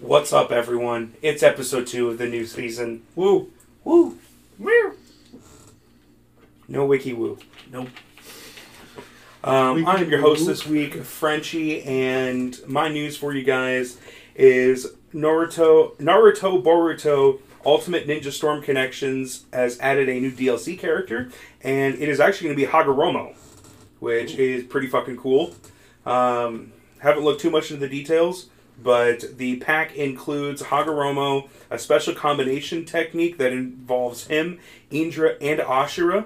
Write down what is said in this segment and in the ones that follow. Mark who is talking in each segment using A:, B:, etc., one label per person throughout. A: What's up, everyone? It's episode two of the new season. Woo, woo, meow. No wiki woo.
B: Nope.
A: Um, I'm your host
B: woo.
A: this week, Frenchie, and my news for you guys is Naruto, Naruto Boruto Ultimate Ninja Storm Connections has added a new DLC character, and it is actually going to be Hagoromo, which is pretty fucking cool. Um, haven't looked too much into the details, but the pack includes Hagoromo, a special combination technique that involves him, Indra, and Ashura,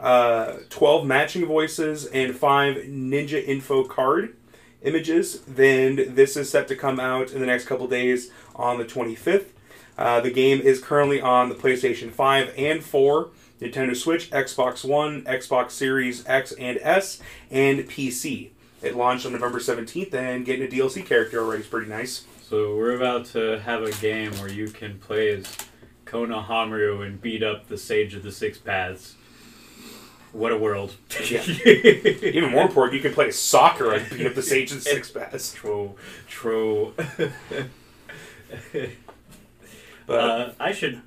A: uh, 12 matching voices, and 5 ninja info card images. Then this is set to come out in the next couple days on the 25th. Uh, the game is currently on the PlayStation 5 and 4, Nintendo Switch, Xbox One, Xbox Series X and S, and PC. It launched on November 17th, and getting a DLC character already is pretty nice.
B: So we're about to have a game where you can play as Kona Hamaru and beat up the Sage of the Six Paths. What a world!
A: Yeah. Even more important, you can play soccer and beat up the Sage and Six Pass.
B: True, true.
A: But
B: Uh, I should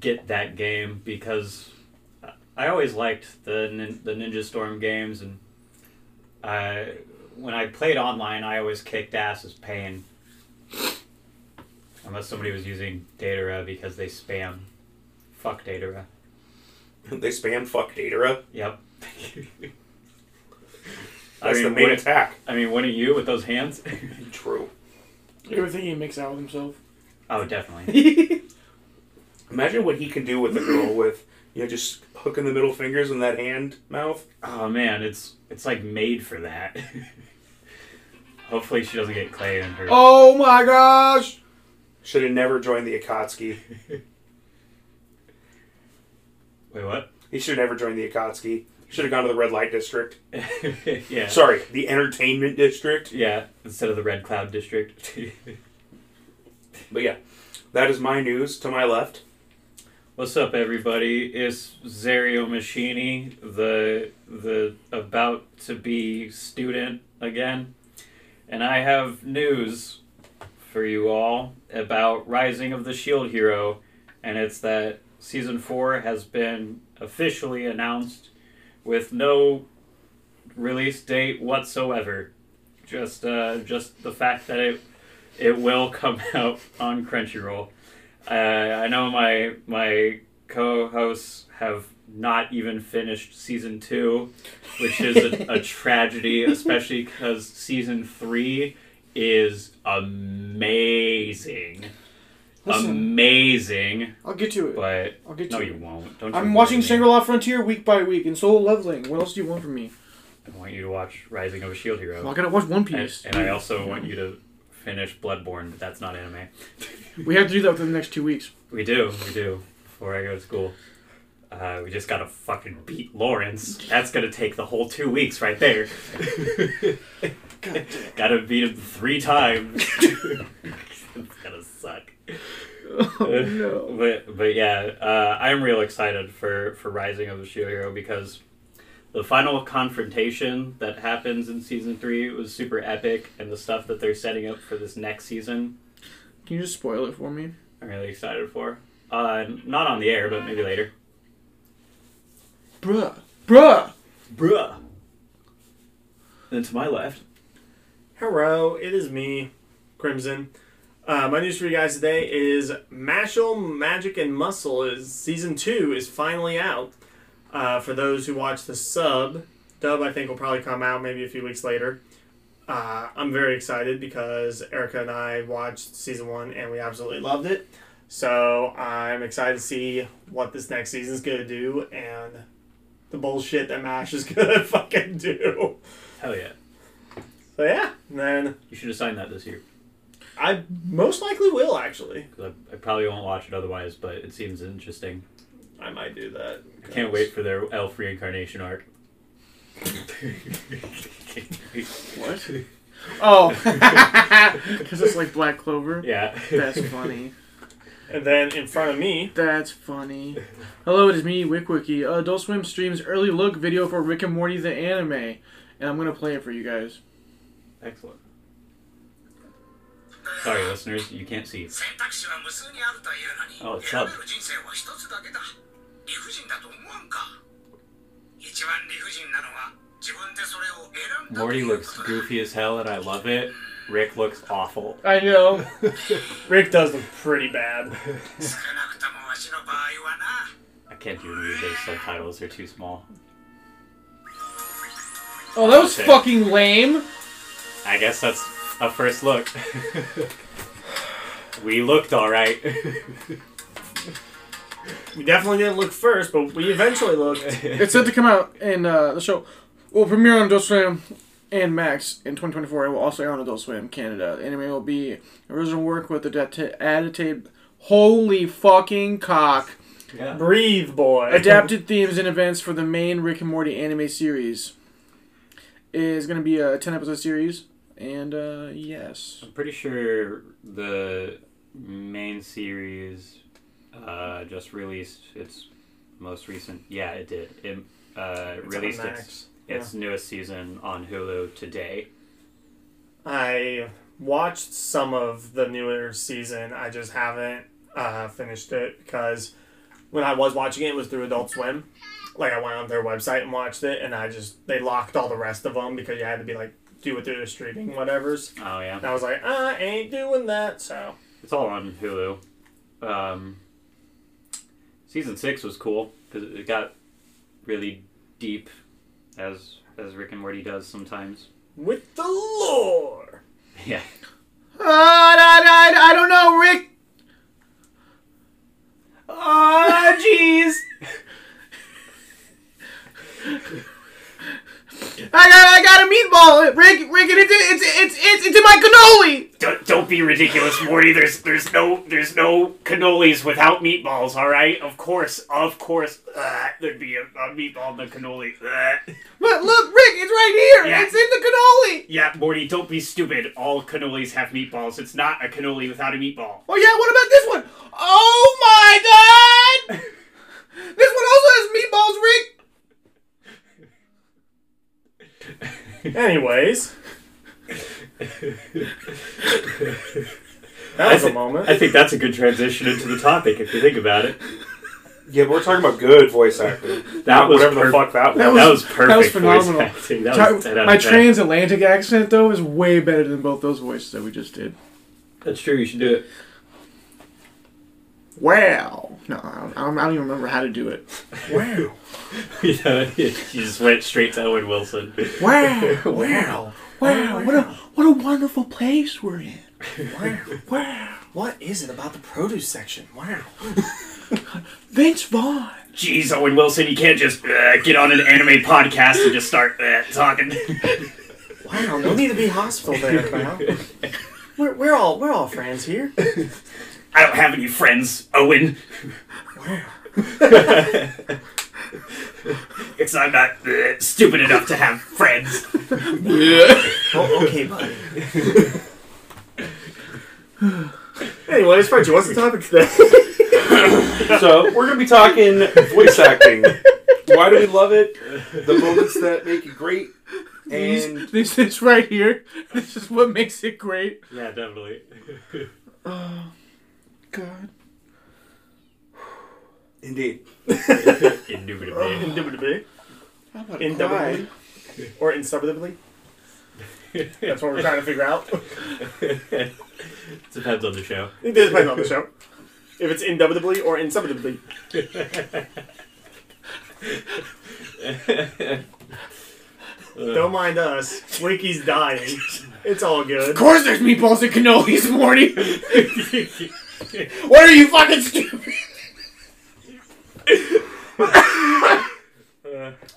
B: get that game because I always liked the nin- the Ninja Storm games, and I, when I played online, I always kicked ass as pain. Unless somebody was using Datara because they spam. Fuck Datara. Uh,
A: they spam fuck Datara.
B: Yep. I
A: That's
B: mean,
A: the main
B: wouldn't,
A: attack.
B: I mean, wouldn't you with those hands?
A: True.
C: You ever think he makes out with himself?
B: oh, definitely.
C: That's
A: Imagine what he can do with a girl with, you know, just hooking the middle fingers in that hand mouth.
B: Oh man, it's it's like made for that. Hopefully she doesn't get clay in her.
C: Oh my gosh!
A: Should have never joined the Akatsuki.
B: Wait, what?
A: He should have never joined the Akatsuki. Should have gone to the red light district.
B: yeah.
A: Sorry, the entertainment district.
B: Yeah, instead of the Red Cloud District.
A: But yeah, that is my news. To my left,
B: What's up, everybody? It's Zario Machini, the the about to be student again, and I have news for you all about Rising of the Shield E Hero, and it's that season four has been officially announced with no release date whatsoever. Just uh, just the fact that it it will come out on Crunchyroll. Uh, I know my my co-hosts have not even finished season two, which is a, a tragedy, especially because season three is amazing,
C: Listen,
B: amazing.
C: I'll get to it.
B: But
C: I'll get to
B: no,
C: it.
B: you won't. Don't. You
C: I'm watching
B: worry.
C: Shangri-La Frontier week by week and Solo Leveling. What else do you want from me?
B: I want you to watch Rising of a Shield Hero,
C: Well, I gotta watch One
B: and,
C: Piece.
B: and I also want you to finish Bloodborne, but that's not anime.
C: We have to do that within the next two weeks.
B: We do, we do. Before I go to school, uh, we just gotta fucking beat Lawrence. That's gonna take the whole two weeks right there. gotta beat him three times. it's gonna suck. Uh,
C: Oh no.
B: But but yeah, uh, I'm real excited for for Rising of the Shield Hero because the final confrontation that happens in season three was super epic, and the stuff that they're setting up for this next season
C: Can you just spoil it for me?
B: I'm really excited for. Uh, not on the air, but maybe later.
C: Bruh. Bruh!
B: Bruh. Then to my left.
D: Hello, it is me, Crimson. Uh, my news for you guys today is Mashal Magic and Muscle is season two is finally out. Uh, for those who watch the sub, dub I think will probably come out maybe a few weeks later. Uh, I'm very excited because Erica and I watched season one and we absolutely loved it. So I'm excited to see what this next season's gonna do and the bullshit that Mash is gonna fucking do.
B: Hell yeah.
D: So yeah, and then
B: You should have signed that this year.
D: I most likely will actually.
B: 'Cause I, I probably won't watch it otherwise, but it seems interesting.
D: I might do that.
B: I can't wait for their elf reincarnation arc.
C: What? Oh, because it's like Black Clover.
B: yeah.
C: That's funny.
D: And then in front of me,
C: That's funny. Hello, it is me, WickWiki. Uh, Adult Swim streams early look video for Rick and Morty the anime, and I'm gonna play it for you guys.
B: Excellent. Sorry, listeners, you can't see.
E: 選択肢は無数にあるというの
B: Oh,
E: に
B: it's
E: 選
B: up.
E: べる人生は一つだけだ理不尽だと思わんか一番理不尽なのは自分でそれを選んだと
B: Morty
E: いうこ
B: looks
E: とだ
B: goofy as hell, and I love it. Rick looks awful.
C: I know.
D: Rick does them pretty bad.
E: 少なくともわしの場合はな
B: I can't do any of those subtitles; they're too small.
C: Oh, that was
B: Okay.
C: fucking lame.
B: I guess that's a first look. we looked all right.
D: We definitely didn't look first, but we eventually looked.
C: It's set to come out in uh, the show. Will premiere on Adult Swim and Max in 2024. It will also air on Adult Swim Canada. The anime will be original work with the data- adapted. Holy fucking cock!
B: yeah.
D: Breathe, boy.
C: adapted themes and events for the main Rick and Morty anime series is going to be a 10 episode series and uh yes
B: I'm pretty sure the main series uh, just released its most recent. Yeah, it did. It uh,
D: It's on
B: released its
D: Max,
B: its newest season on Hulu today.
D: I watched some of the newer season. I just haven't uh, finished it because when I was watching it, it was through Adult Swim. Like I went on their website and watched it, and I just they locked all the rest of them because you had to be like do it through the streaming whatever's.
B: Oh yeah,
D: And I was like, I ain't doing that. So
B: it's all on Hulu. Um, season six was cool because it got really deep, as as Rick and Morty does sometimes.
D: with the lore,
B: Yeah.
C: uh, I, I, I don't know rick
B: Oh jeez.
C: i got i got a meatball rick rick and it's it's it's it's, it's in my cannoli
B: Don't, don't be ridiculous, Morty. There's there's no there's no cannolis without meatballs. All right, of course, of course, uh, there'd be a, a meatball in the cannoli. Ugh.
C: but look rick it's right here
B: Yeah.
C: it's in the cannoli
B: Yeah, Morty, don't be stupid. All cannolis have meatballs. It's not a cannoli without a meatball.
C: oh yeah what about this one? Oh my god this one also has meatballs rick
D: anyways. that was a moment.
B: think that's a good transition into the topic if you think about it.
A: Yeah, but we're talking about good voice acting. Not whatever the fuck that was.
C: That was- that was phenomenal.
B: acting. That
C: Ty-
B: 10 out of
C: my
B: 10.
C: transatlantic accent though is way better than both those voices that we just did.
B: That's true. You should do it.
C: Wow. No, I don't, I don't, I don't even remember how to do it. Wow.
B: you know, you just went straight to Owen Wilson.
C: Wow. Wow. Wow. What a what a wonderful place we're in.
D: Wow.
C: Wow.
D: What is it about the produce section? Wow.
C: Vince Vaughn.
B: Jeez, Owen Wilson, you can't just uh, get on an anime podcast and just start uh, talking.
D: Wow, no need to be hospital there, pal. We're, we're all we're all friends here.
B: I don't have any friends, Owen. it's I'm not uh, stupid enough to have friends.
D: Oh, okay, buddy. Anyways, Frenchie, what's the topic today?
A: So we're gonna be talking voice acting. Why do we love it? The moments that make it great. And
C: These- this is right here. This is what makes it great.
B: Yeah, definitely.
C: Oh, God.
A: indeed,
B: Indubitably.
D: Indubitably.
C: How about
D: Indubitably. Or insubbitably. That's what we're trying to figure out. I
B: Depends on the show.
D: think this depends on the show. If it's indubitably or insubbitably. Don't mind us. Wiki's dying. It's all good.
C: Of course, there's meatballs and cannolis, Morty. what are you fucking stupid?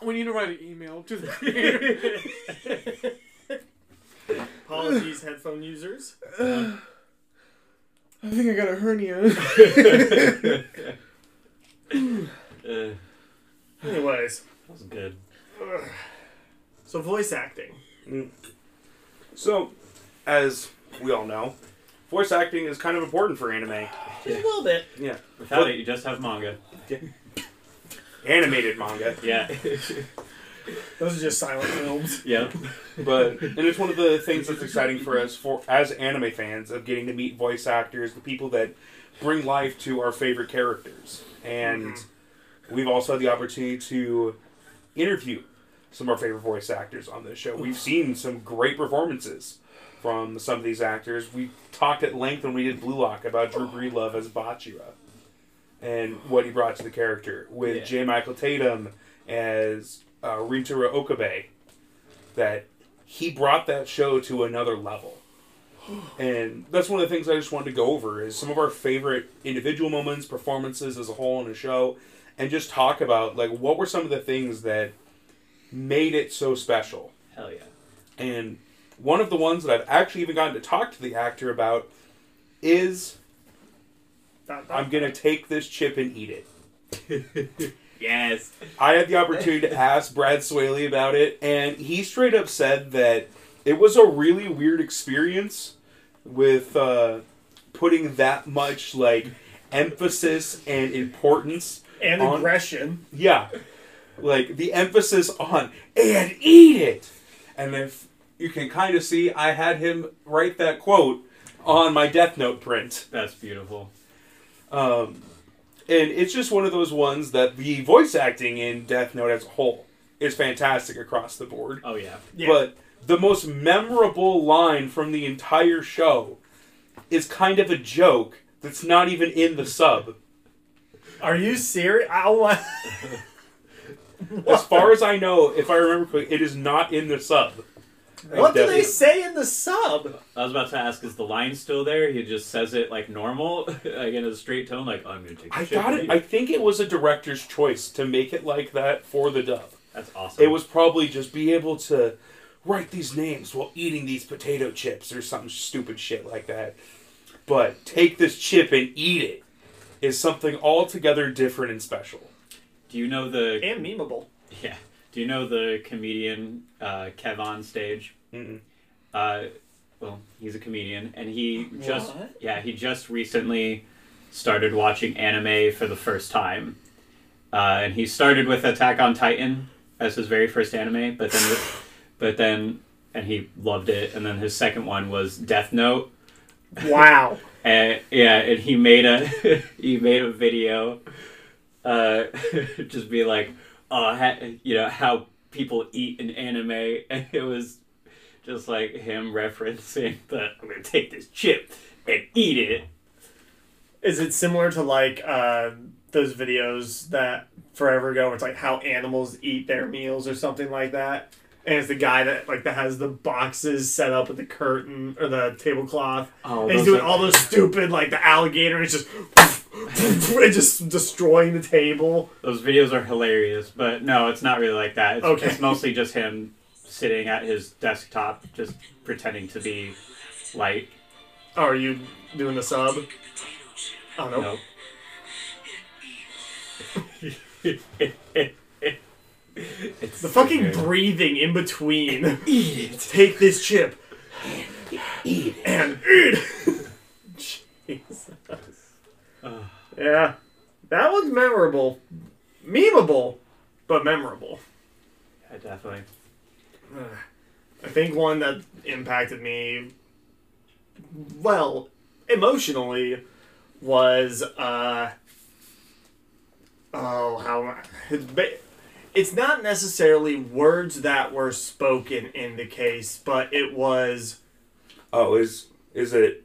C: we need to write an email to the creator.
D: Apologies, headphone users.
C: I think I got a hernia.
B: that
D: Anyways,
B: was Uh, good.
D: so voice acting.
A: So, as we all know, voice acting is kind of important for anime.
D: A little bit.
A: Yeah.
B: Without it, you just have manga.
A: Animated manga.
B: Yeah.
D: Those are just silent films.
B: yep.
A: But and it's one of the things that's exciting for us for as anime fans of getting to meet voice actors, the people that bring life to our favorite characters. And we've also had the opportunity to interview some of our favorite voice actors on this show. We've seen some great performances from some of these actors. We talked at length when we did Blue Lock about Drew Breelove as Bachira and what he brought to the character with
B: Yeah.
A: J. Michael Tatum as uh, Rintaro Okabe. That he brought that show to another level. And that's one of the things I just wanted to go over is some of our favorite individual moments, performances as a whole in a show, and just talk about like what were some of the things that made it so special.
B: Hell yeah.
A: And one of the ones that I've actually even gotten to talk to the actor about is
D: Dot, dot.
A: I'm gonna take this chip and eat it.
B: Yes.
A: I had the opportunity to ask Brad Swaley about it, and he straight up said that it was a really weird experience with uh, putting that much like emphasis and importance
D: and
A: on-
D: aggression.
A: yeah, like the emphasis on and eat it, and if you can kind of see, I had him write that quote on my Death Note print.
B: That's beautiful.
A: Um, and it's just one of those ones that the voice acting in Death Note as a whole is fantastic across the board.
B: Oh yeah.
D: Yeah.
A: But the most memorable line from the entire show is kind of a joke that's not even in the sub.
D: Are you serious? I want.
A: As far as I know, if I remember correctly, it is not in the sub.
D: What do they
A: Definitely.
D: say in the sub?
B: I was about to ask, is the line still there? He just says it like normal, like in a straight tone, like I'm gonna take.
A: I
B: shit
A: got it. I think it was a director's choice to make it like that for the dub.
B: That's awesome.
A: It was probably just be able to write these names while eating these potato chips or some stupid shit like that. But take this chip and eat it is something altogether different and special.
B: Do you know the
D: And memeable.
B: Yeah. Do you know the comedian uh, Kev on stage?
A: Mm-mm.
B: Uh, well, he's a comedian, and he just
D: What?
B: yeah he just recently started watching anime for the first time, uh, and he started with Attack on Titan as his very first anime, but then but then and he loved it, and then his second one was Death Note,
D: Wow.
B: and yeah, and he made a he made a video, uh, just be like, oh, ha- you know how people eat in anime, and it was just like him referencing the I'm gonna take this chip and eat it.
D: Is it similar to like uh, those videos that forever ago? Where it's like how animals eat their meals or something like that. And it's the guy that like that has the boxes set up with the curtain or the tablecloth.
B: Oh,
D: and he's
B: those
D: doing
B: are-
D: all those stupid like the alligator is just and just destroying the table.
B: Those videos are hilarious, but no, it's not really like that. It's,
D: Okay.
B: it's mostly just him sitting at his desktop, just pretending to be light.
D: Oh, are you doing the sub? Oh no.
B: No. it's
D: The fucking breathing in between.
B: eat it.
D: Take this chip. And eat. Jesus. Yeah. That one's memorable. Memeable, but memorable.
B: Yeah, definitely.
D: I think one that impacted me, well, emotionally, was uh, oh how am I- it's ba- it's not necessarily words that were spoken in the case, but it was
A: Oh, is is it?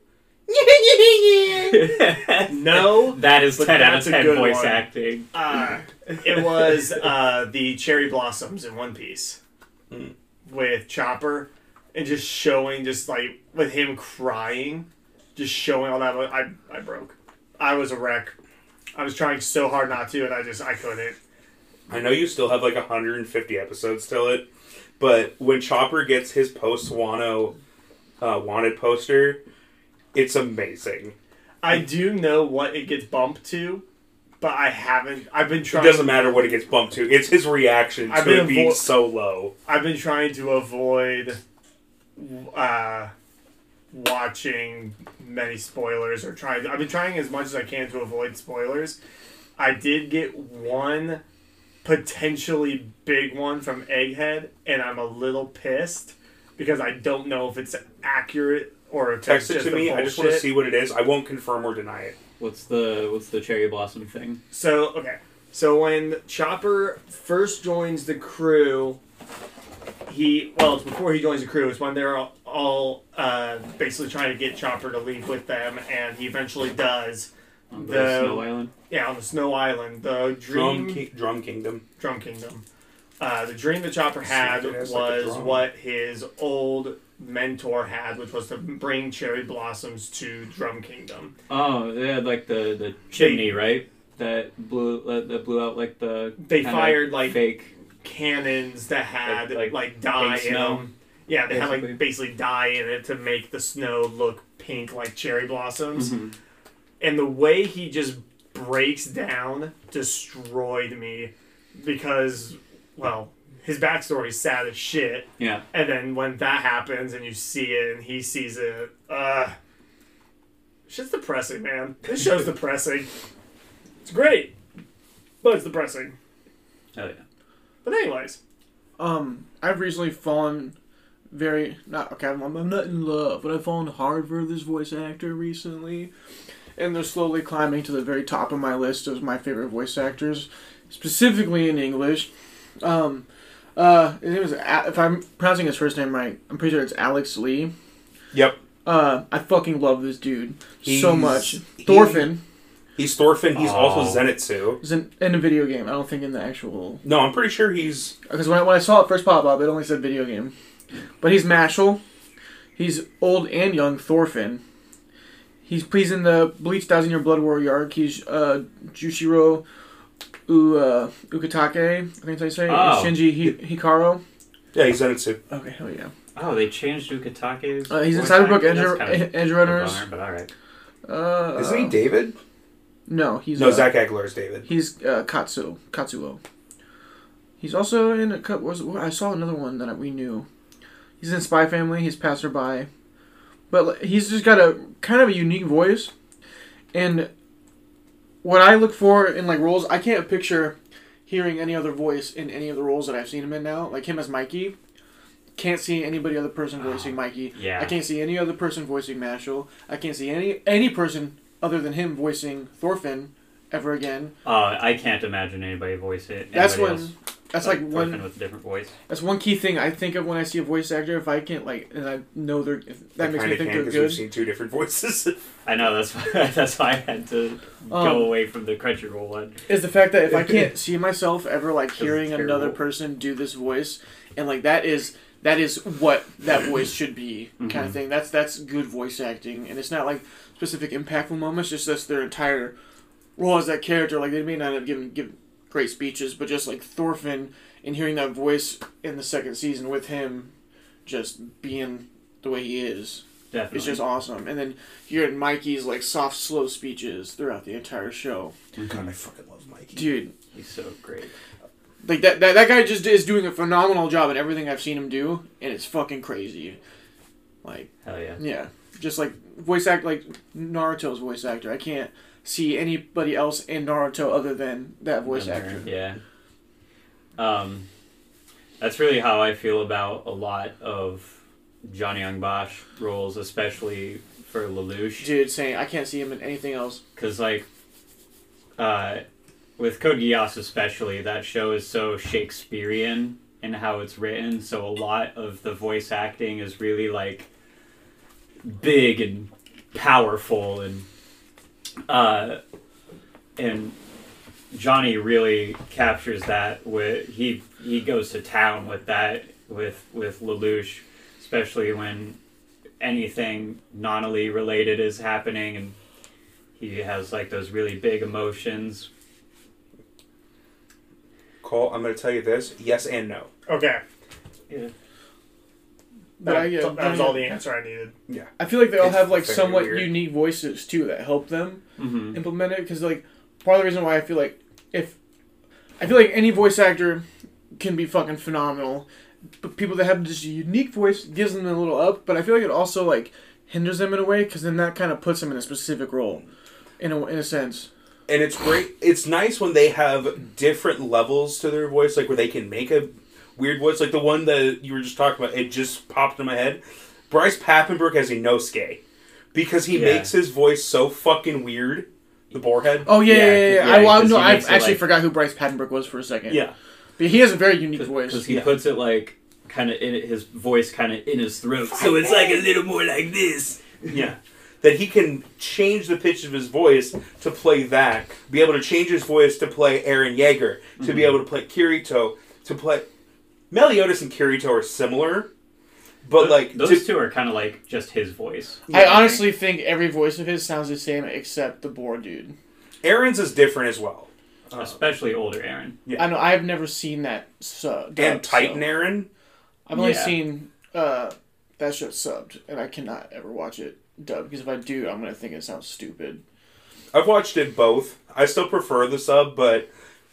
D: no.
B: That is
D: But
B: ten out of
D: that's a
B: ten
D: good
B: voice
D: one.
B: acting.
D: Uh, it was uh, the cherry blossoms in One Piece with Chopper and just showing, just like with him crying, just showing all that. I, I broke. I was a wreck. I was trying so hard not to, and I just I couldn't.
A: I know you still have like 150 episodes till it, but when Chopper gets his post Wano uh, wanted poster, it's amazing.
D: I do know what it gets bumped to, but I haven't. I've been
A: It
D: trying.
A: doesn't matter what it gets bumped to. It's his reaction
D: I've
A: to
D: been
A: it being
D: avo-
A: so low.
D: I've been trying to avoid uh, watching many spoilers or trying. I've been trying as much as I can to avoid spoilers. I did get one potentially big one from Egghead, and I'm a little pissed because I don't know if it's accurate or if
A: Text it
D: it's just
A: to
D: a
A: me. I just want to
D: bullshit.
A: see what it is. I won't confirm or deny it.
B: What's the what's the cherry blossom thing?
D: So okay, so when Chopper first joins the crew, he well, it's before he joins the crew. It's when they're all, all uh, basically trying to get Chopper to leave with them, and he eventually does.
B: On the,
D: The-
B: Snow Island.
D: Yeah, on the Snow Island, the dream
A: Drum, Ki- Drum Kingdom.
D: Drum Kingdom. Uh, the dream that Chopper had
A: See, it has
D: was
A: like a drum.
D: what his old mentor had, which was to bring cherry blossoms to Drum Kingdom.
B: Oh, yeah, like the the chimney, right? That blew uh, that blew out like the
D: They
B: kinda
D: fired, like,
B: fake.
D: cannons that had
B: Like- like
D: like, dye
B: pink
D: in
B: snow,
D: them. Yeah, they had
B: basically.
D: like basically dye in it to make the snow look pink like cherry blossoms.
B: Mhm.
D: And the way he just breaks down destroyed me because, well, his backstory is sad as shit.
B: Yeah,
D: And then when that happens and you see it and he sees it, uh, shit's depressing, man. This show's depressing. It's great, but it's depressing.
B: hell Oh, yeah.
D: But anyways,
C: Um, I've recently fallen very not okay. I'm, I'm not in love, but I've fallen hard for this voice actor recently, and they're slowly climbing to the very top of my list of my favorite voice actors, specifically in English. Um, uh, his name is A- if I'm pronouncing his first name right, I'm pretty sure it's Alex Lee.
A: Yep.
C: Uh, I fucking love this dude so
A: He's-
C: much.
A: he-
C: Thorfinn
A: He's Thorfinn. He's also
B: Oh.
A: Zenitsu.
C: is in, in a video game. I don't think in the actual
A: No, I'm pretty sure he's.
C: Because when I, when I saw it first pop up, it only said video game. But he's Mashal. He's old and young Thorfinn. He's he's in the Bleach Thousand Year Blood War arc. He's uh, Jushiro U, uh, Ukitake, I think that's how you say it.
B: Oh.
C: Shinji Hi- Hikaro.
A: Yeah, he's Zenitsu.
C: Okay, hell yeah.
B: Oh, they changed Ukitake's.
C: Uh, he's in
B: voice
C: Cyberbrook
B: actor?
C: Edge,
B: That's kinda
C: Edge
B: a
C: Runners.
B: bummer, But all right.
C: Uh,
A: Isn't he David?
C: No, he's
A: No,
C: uh,
A: Zach Aguilar is David.
C: He's uh, Katsu Katsuo. He's also in a couple. Was, I saw another one that we knew. He's in Spy Family. He's passerby, but like, he's just got a kind of a unique voice, and what I look for in like roles, I can't picture hearing any other voice in any of the roles that I've seen him in now. Like him as Mikey, can't see anybody other person voicing Mikey.
B: yeah.
C: I can't see any other person voicing Mashal. I can't see any any person other than him voicing Thorfinn ever again.
B: Uh, I can't imagine anybody voice it.
C: That's
B: anybody
C: when.
B: else, Oh,
C: That's like,
B: Thorfinn
C: one.
B: with a different voice.
C: That's one key thing I think of when I see a voice actor. If I can't like, and I know they're, if that
A: I
C: makes me
A: kinda
C: think
A: can,
C: they're
A: 'cause We've
C: good.
A: seen two different voices.
B: I know that's why, that's why I had to
C: Um,
B: go away from the Crunchyroll one.
C: Is the fact that if I can't see myself ever like hearing
B: terrible.
C: another person do this voice, and like that is that is what that voice should be,
B: Mm-hmm.
C: kind of thing. That's that's good voice acting, and it's not like specific impactful moments. Just that's their entire role as that character. Like they may not have given give great speeches, but just like Thorfinn and hearing that voice in the second season with him, just being the way he is.
B: Definitely.
C: It's just awesome. And then hearing Mikey's like soft, slow speeches throughout the entire show,
A: God, I fucking love Mikey.
C: dude.
B: He's so great.
C: Like that, that, that guy just is doing a phenomenal job in everything I've seen him do, and it's fucking crazy. Like,
B: Hell yeah.
C: yeah, just like voice act, like Naruto's voice actor. I can't see anybody else in Naruto other than that voice
B: Remember,
C: actor.
B: Yeah. Um, that's really how I feel about a lot of Johnny Young Bosch roles, especially for Lelouch.
C: Dude, saying I can't see him in anything else.
B: because like uh, with Code Geass especially, that show is so Shakespearean in how it's written. So a lot of the voice acting is really like big and powerful, and uh, and Johnny really captures that. With he he goes to town with that with with Lelouch, especially when anything Nonnally related is happening and he has like those really big emotions.
A: Cole, I'm going to tell you this yes and no.
D: okay.
C: But I, uh, yeah,
D: that, was all the answer I needed.
C: I feel like they all
A: It's
C: have like
A: very
C: somewhat
A: weird.
C: unique voices too that help them
B: Mm-hmm.
C: implement it. Because like part of the reason why I feel like if I feel like any voice actor can be fucking phenomenal, but people that have just a unique voice gives them a little up. But I feel like it also like hinders them in a way because then that kind of puts them in a specific role, in a in a sense.
A: and it's great. It's nice when they have different levels to their voice, like where they can make a weird voice, like the one that you were just talking about. It just popped in my head. Bryce Pappenberg has a no skay because he
B: Yeah.
A: makes his voice so fucking weird. The boarhead.
C: Oh yeah, yeah,
B: Yeah,
C: yeah. yeah.
B: yeah,
C: I, well, I-
B: 'cause
C: no,
B: he
C: I
B: makes it,
C: actually
B: like-
C: forgot who Bryce Pattenberg was for a second.
A: yeah.
C: but he has a very unique
B: because
C: voice.
B: he
A: Yeah.
B: puts it like kind of in his voice, kind of in his throat. So it's like a little more like this.
A: Yeah. That he can change the pitch of his voice to play that, be able to change his voice to play Aaron Yeager, to
B: Mm-hmm.
A: be able to play Kirito, to play Meliodas and Kirito are similar, but like
B: those
A: to-
B: two are kind of like just his voice.
C: I honestly think every voice of his sounds the same except the boar dude.
A: Aaron's is different as well.
B: Especially older Aaron.
C: I know I've never seen that sub.
A: And
C: dubbed,
A: Titan
C: so.
A: Aaron,
C: I've only
B: Yeah.
C: seen uh, that show subbed, and I cannot ever watch it dubbed because if I do, I'm gonna think it sounds stupid.
A: I've watched it both. I still prefer the sub, but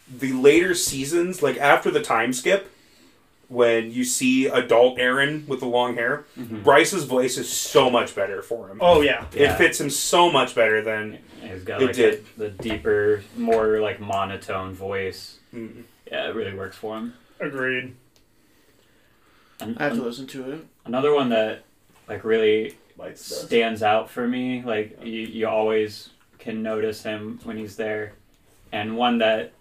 A: the later seasons, like after the time skip, when you see adult Aaron with the long hair, Bryce's voice is so much better for him.
D: Oh yeah,
B: Yeah.
A: It fits him so much better than
B: He's got
A: It
B: like
A: did.
B: The, the deeper, more like monotone voice.
A: mm-hmm.
B: Yeah, it really works for him.
D: agreed.
B: An-
C: I have to
B: an-
C: listen to it.
B: another one that like really
F: Lights does.
B: stands out for me. Like you, you always can notice him when he's there, and one that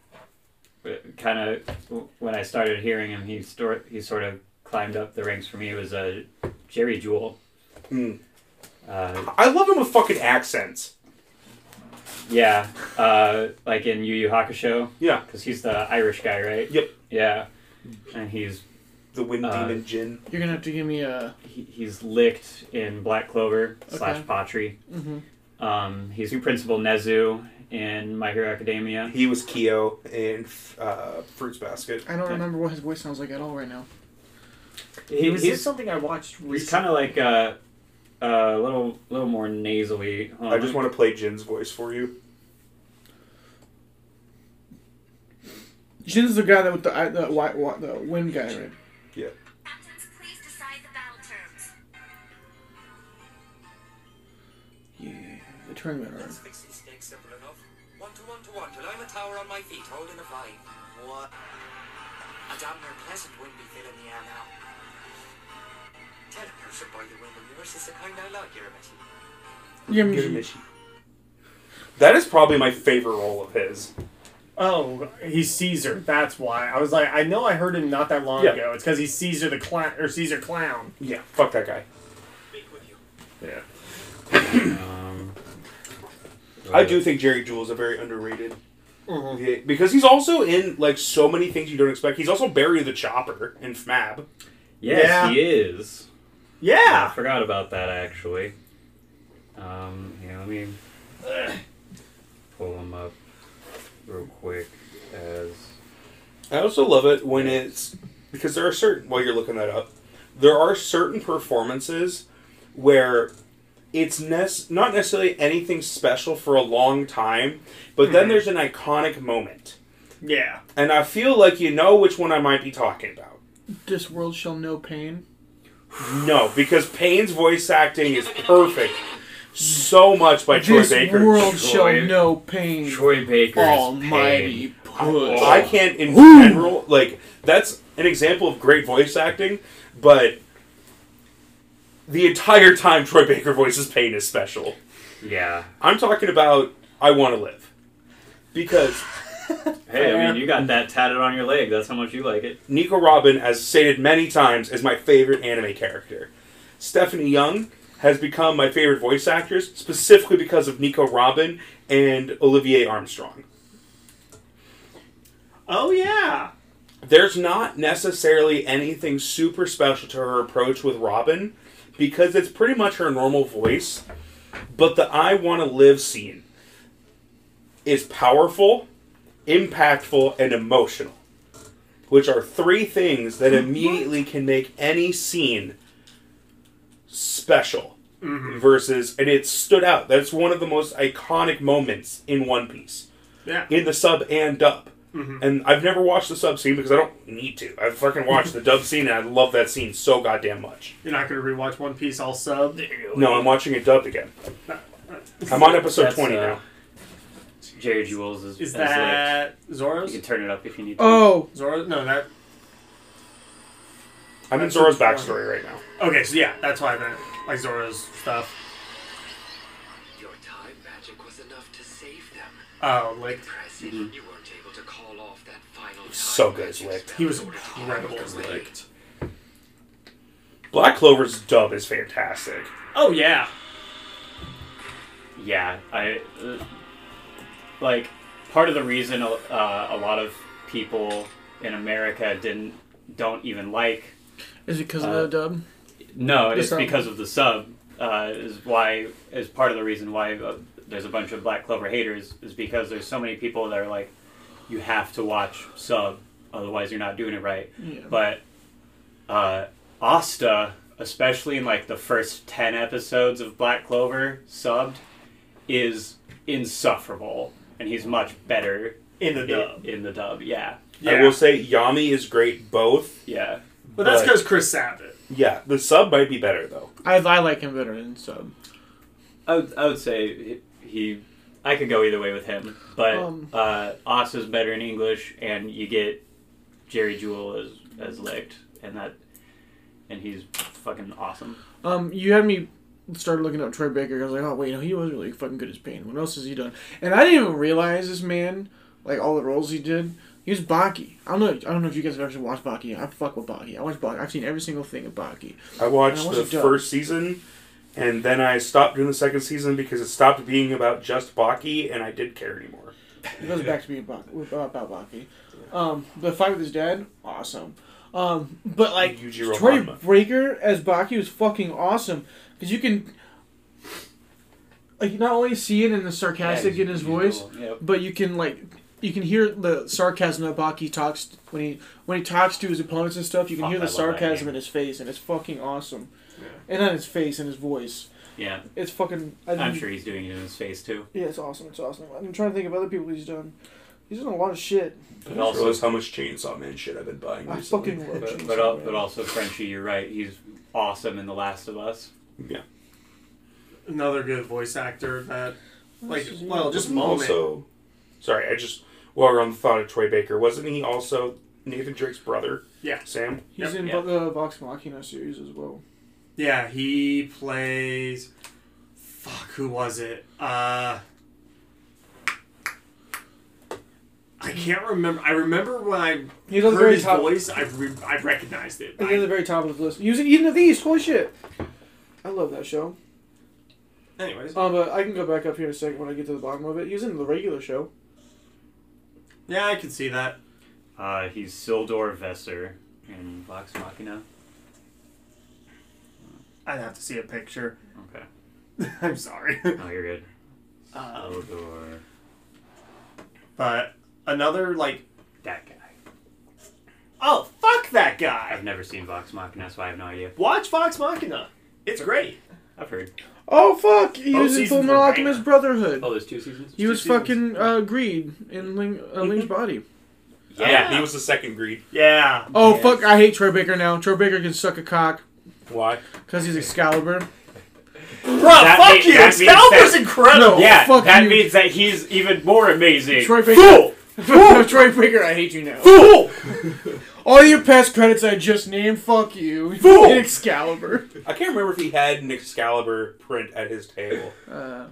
B: kind of when I started hearing him, he stor- he sort of climbed up the ranks for me. Was uh, Jerry Jewell.
A: Hmm.
B: Uh,
A: I love him with fucking accents.
B: yeah, uh, like in Yu Yu Hakusho,
A: Yeah,
B: because he's the Irish guy, right?
A: Yep.
B: Yeah, and he's
A: the wind
B: Uh,
A: demon Jin.
C: You're gonna have to give me uh, a.
B: he, he's licked in Black Clover slash
C: Okay.
B: Pottery.
C: Mhm.
D: Mm-hmm.
B: Um, he's Principal Nezu in My Hero Academia.
A: He was Kyo in uh, Fruits Basket.
C: I don't remember what his voice sounds like at all right now.
B: He,
D: was
B: he's
D: something I watched
B: he's kind of like a, a little little more nasally. Hold
A: I
B: on,
A: just
B: let
A: want to play Jin's voice for you.
C: Jin's the guy that with the eye- the, white wa- the wind guy, right?
A: Yeah.
G: Captains, please decide the battle terms.
C: Yeah, the tournament. Right?
H: Let's fix this thing simple enough. One to one to one till I'm a tower on my feet holding a five. What? A damn near pleasant wind be filling the air now. Tell a person by the wind of yours is the kind I like, Yermity.
C: Yeah,
A: Give him
C: Jin-
A: a sheet. That is probably my favorite role of his.
D: Oh, he's Caesar. That's why I was like, I know I heard him not that long
A: Yeah.
D: ago. It's because he's Caesar the clown or Caesar clown.
A: Yeah, fuck that guy.
D: Yeah.
B: me- um,
A: I do think Jerry Jewell is a very underrated. Yeah, because he's also in like so many things you don't expect. He's also Barry the Chopper in FMAB.
B: Yes,
D: Yeah.
B: he is. I
D: Yeah.
B: forgot about that actually. Um, yeah, let me pull him up real quick as
A: I also love it when it's because there are certain while you're looking that up, there are certain performances where it's nes- not necessarily anything special for a long time, but
C: Hmm.
A: then there's an iconic moment,
D: Yeah.
A: and I feel like you know which one I might be talking about.
C: this world shall know pain.
A: No, because Payne's voice acting is perfect. So much by Troy
C: this
A: Baker.
C: world
B: Troy-
C: shall know pain.
B: Troy Baker.
C: Almighty puss.
A: I can't in general like that's an example of great voice acting, but the entire time Troy Baker voices Pain is special.
B: Yeah.
A: I'm talking about I Want to Live because
B: Hey, I mean, you got that tatted on your leg. That's how much you like it.
A: Nico Robin, as stated many times, is my favorite anime character. Stephanie Young has become my favorite voice actress specifically because of Nico Robin and Olivier Armstrong.
D: Oh yeah.
A: there's not necessarily anything super special to her approach with Robin because it's pretty much her normal voice. But the I want to live scene is powerful, impactful, and emotional, which are three things that immediately can make any scene special versus, and it stood out. That's one of the most iconic moments in One Piece
D: Yeah.
A: in the sub and dub. And I've never watched the sub scene because I don't need to. I fucking watched the dub scene and I love that scene so goddamn much.
D: You're not going to rewatch One Piece all sub.
A: No, I'm watching it dubbed again. I'm on episode
B: That's,
A: 20
B: uh,
A: now.
B: Jerry Jewels is,
D: Is
B: has, like-
D: that
B: you can
D: Zoro's?
B: turn it up if you need to.
C: Oh,
D: Zoro? No, that.
A: I'm in Zoro's backstory right now.
D: Okay, so yeah, that's why I meant like Zoro's stuff.
E: Your time magic was enough to save them.
D: Oh, like
E: Impressive. You weren't able to call off that final time
A: So good as
E: magic
A: Licked.
E: spell
D: he was
E: in order to
D: incredible
E: get
D: as
E: away.
D: like.
A: Black Clover's dub is fantastic.
D: Oh yeah.
B: Yeah, I uh, like part of the reason uh, a lot of people in America didn't don't even like
C: is it because
B: Uh,
C: of the dub?
B: No,
C: The
B: it's
C: sub.
B: because of the sub. Uh, is why is part of the reason why uh, there's a bunch of Black Clover haters is because there's so many people that are like, you have to watch sub, otherwise you're not doing it right.
C: Yeah.
B: But uh, Asta, especially in like the first ten episodes of Black Clover subbed, is insufferable, and he's much better
D: In the
B: i-
D: dub.
B: in the dub. Yeah,
A: I
D: Yeah.
A: will say Yami is great both.
B: yeah.
D: But that's
A: but-
D: because Chris Sabat.
A: Yeah, the sub might be better though.
C: I, I like him better than sub.
B: I would, I would say he, he. I could go either way with him, but
C: Um.
B: uh, Oss is better in English, and you get Jerry Jewell as as licked, and that, and he's fucking awesome.
C: Um, you had me start looking up Troy Baker. I was like, oh wait, no, he was really fucking good as Pain. What else has he done? And I didn't even realize this man, like all the roles he did. He was Baki. I don't know. I don't know if you guys have actually watched Baki. I fuck with Baki. I watch Baki. I've seen every single thing of Baki.
A: I watched
C: And I
A: the
C: wasn't dub.
A: first season and then I stopped doing the second season because it stopped being about just Baki and I didn't care anymore.
C: It goes back to being Baki, about Baki. Um, the fight with his dad, awesome. Um, but like
A: Yujiro
C: Troy
A: Hanma.
C: Breaker as Baki was fucking awesome because you can like not only see it in the sarcastic in his voice,
B: Yep.
C: but you can like you can hear the sarcasm that Baki talks when he when he talks to his opponents and stuff. You can
B: Fuck,
C: hear
B: I
C: the
B: love that
C: sarcasm
B: game.
C: in his face, and it's fucking awesome. And on his face and his voice,
B: Yeah,
C: it's fucking. I
B: I'm
C: didn't-
B: sure he's doing it in his face too.
C: Yeah, it's awesome. It's awesome. I'm trying to think of other people he's done. He's done a lot of shit.
B: But
A: I also,
B: also,
A: realized how much Chainsaw Man shit I've been buying
C: I
A: recently.
C: fucking love
B: but
C: Chainsaw
B: but, al-
C: Man.
B: but also Frenchie, you're right. He's awesome in The Last of Us.
A: yeah.
D: Another good voice actor that, like,
C: This is-
D: well, just moment.
A: Also, sorry, I just while we're on the thought of Troy Baker, wasn't he also Nathan Drake's brother,
D: yeah,
A: Sam?
C: He's
D: Yep.
C: in
B: Yeah.
C: the Vox Machina series as well.
D: yeah, he plays. Fuck, who was it? Uh, I can't remember. I remember when I
C: He's on the
D: heard
C: very
D: his
C: top.
D: voice. I re- I recognized it.
C: He's on the
D: I,
C: very top of the list. Using Eden of Thieves. Holy shit! I love that show.
D: anyways,
C: Um, uh, I can go back up here in a second when I get to the bottom of it. He was in the regular show.
D: yeah, I can see that.
B: Uh, he's Sildor Vesser in Vox Machina.
D: I'd have to see a picture.
B: Okay,
D: I'm sorry.
B: no, you're good.
D: Um,
B: Sildor,
D: but another like,
B: that guy.
D: oh fuck that
B: I've
D: guy.
B: never seen Vox Machina, so I have no idea.
D: Watch Vox Machina. It's great.
B: I've heard.
C: Oh fuck! He
D: Both
C: was in Full
D: seasons
C: Metal
D: were
C: Alchemist
D: banger.
C: Brotherhood.
B: Oh, there's two seasons.
C: He was fucking uh, greed in Ling, uh, Ling's body.
A: Yeah, he was the second greed.
D: Yeah.
C: Oh fuck! I hate Troy Baker now. Troy Baker can suck a cock
A: Why?
C: because he's Excalibur.
D: Bro,
B: That
D: fuck
B: means-
D: you.
B: that means
D: Excalibur's
B: that-
C: No.
D: incredible.
B: Yeah,
C: Fuck
B: that
C: you.
B: means that he's even more amazing.
C: Troy
D: Fool.
C: Baker. Troy Baker, I hate you now.
D: Fool.
C: All your past credits I just named. Fuck you.
D: Fool.
C: Excalibur.
A: I can't remember if he had an Excalibur print at his table.
C: Uh,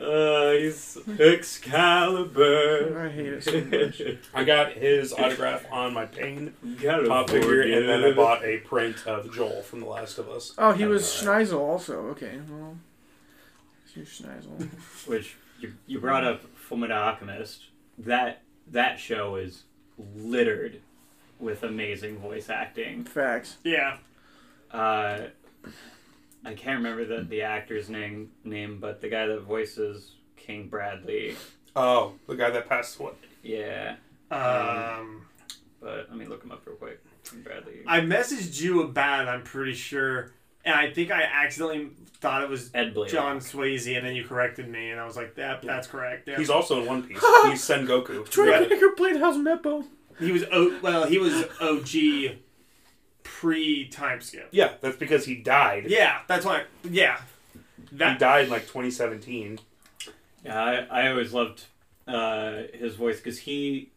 B: Uh, he's Excalibur.
C: I hate it so much.
A: I got his autograph on my pain pop figure, and then I bought a print of Joel from The Last of Us. uh,
C: Oh, he
A: That
C: was
A: alright.
C: Schneisel also. Okay, well, you're Schneisel.
B: Which you, you brought up Fullmetal Alchemist. That that show is littered with amazing voice acting.
C: Facts.
D: Yeah.
B: Uh, I can't remember the, the actor's name name, but the guy that voices King Bradley.
A: Oh, the guy that passed away.
B: Yeah,
D: Um,
B: but let me look him up real quick. King Bradley.
D: I messaged you about it. I'm pretty sure And I think I accidentally thought it was
B: Ed Blair.
D: John Swayze, and then you corrected me, and I was like, "That that's correct." Yeah.
A: He's also in One Piece. He's Sen Goku.
C: Dragon Egger played House Nepo.
D: he was o- well, he was OG pre time skip.
A: Yeah, that's because he died.
D: Yeah, that's why. Yeah,
A: He died in like 2017.
B: Yeah, I, I always loved uh, his voice because he.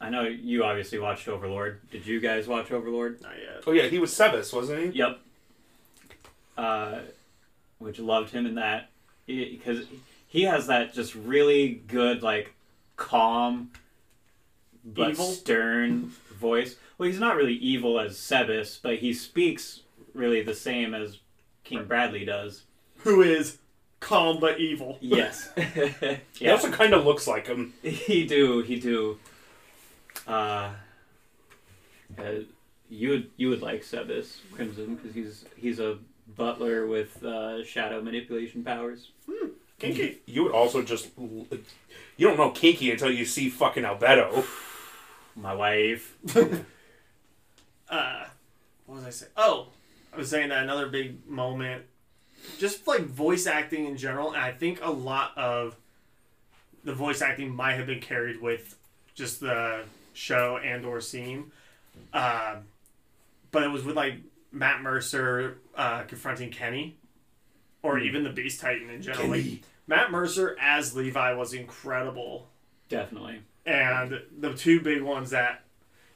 B: I know you obviously watched Overlord. Did you guys watch Overlord?
D: not yet.
A: Oh yeah, he was Sebas, wasn't he?
B: Yep. Uh, which loved him in that because he has that just really good like calm but
D: Evil?
B: stern voice. Well, he's not really evil as Sebas, but he speaks really the same as King Bradley does.
D: Who is calm but evil?
B: Yes.
A: He also kind of looks like him.
B: He do, he do. Uh, uh, you would you would like Sebas Crimson because he's he's a butler with uh, shadow manipulation powers.
A: Kinky. You would also just you don't know Kinky until you see fucking Albedo.
B: My wife.
D: uh, what was I saying? Oh, I was saying that another big moment, just like voice acting in general, and I think a lot of the voice acting might have been carried with just the show and or scene, Um but it was with like Matt Mercer uh, confronting Kenny, or even the Beast Titan in general. Like, Matt Mercer as Levi was incredible
B: Definitely.
D: and the two big ones that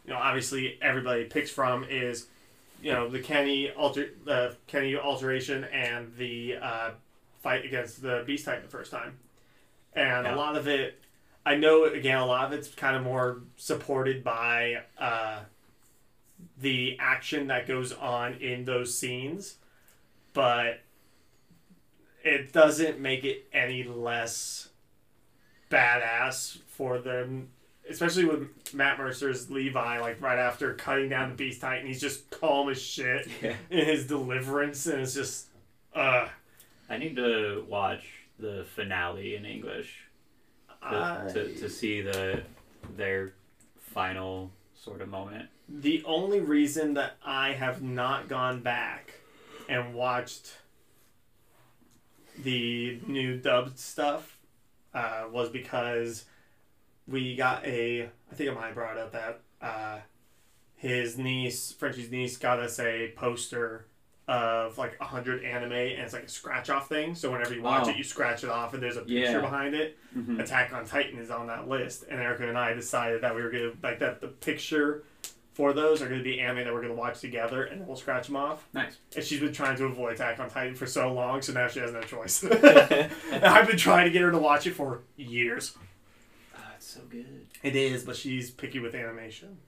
D: you know obviously everybody picks from is you know the Kenny alter the Kenny alteration and the uh, fight against the Beast Titan the first time, and
B: Yeah.
D: a lot of it. I know again a lot of it's kind of more supported by uh, the action that goes on in those scenes, but it doesn't make it any less badass for them, especially with Matt Mercer's Levi, like right after cutting down the Beast Titan, he's just calm as shit
B: Yeah.
D: in his deliverance, and it's just, uh,
B: I need to watch the finale in English to, to, to see the their final sort of moment.
D: the only reason that I have not gone back and watched the new dubbed stuff uh, was because we got a I think I might have brought up that uh, his niece Frenchie's niece got us a poster of like a hundred anime and it's like a scratch off thing. So whenever you watch
B: Oh.
D: it, you scratch it off and there's a picture
B: Yeah.
D: behind it.
B: Mhm.
D: Attack on Titan is on that list, and Erica and I decided that we were gonna like that the picture for those are gonna be anime that we're gonna watch together, and then we'll scratch them off.
B: Nice.
D: And she's been trying to avoid Attack on Titan for so long, so now she has no choice. and I've been trying to get her to watch it for years.
B: Ah, it's so good.
D: It is, but she's picky with animation.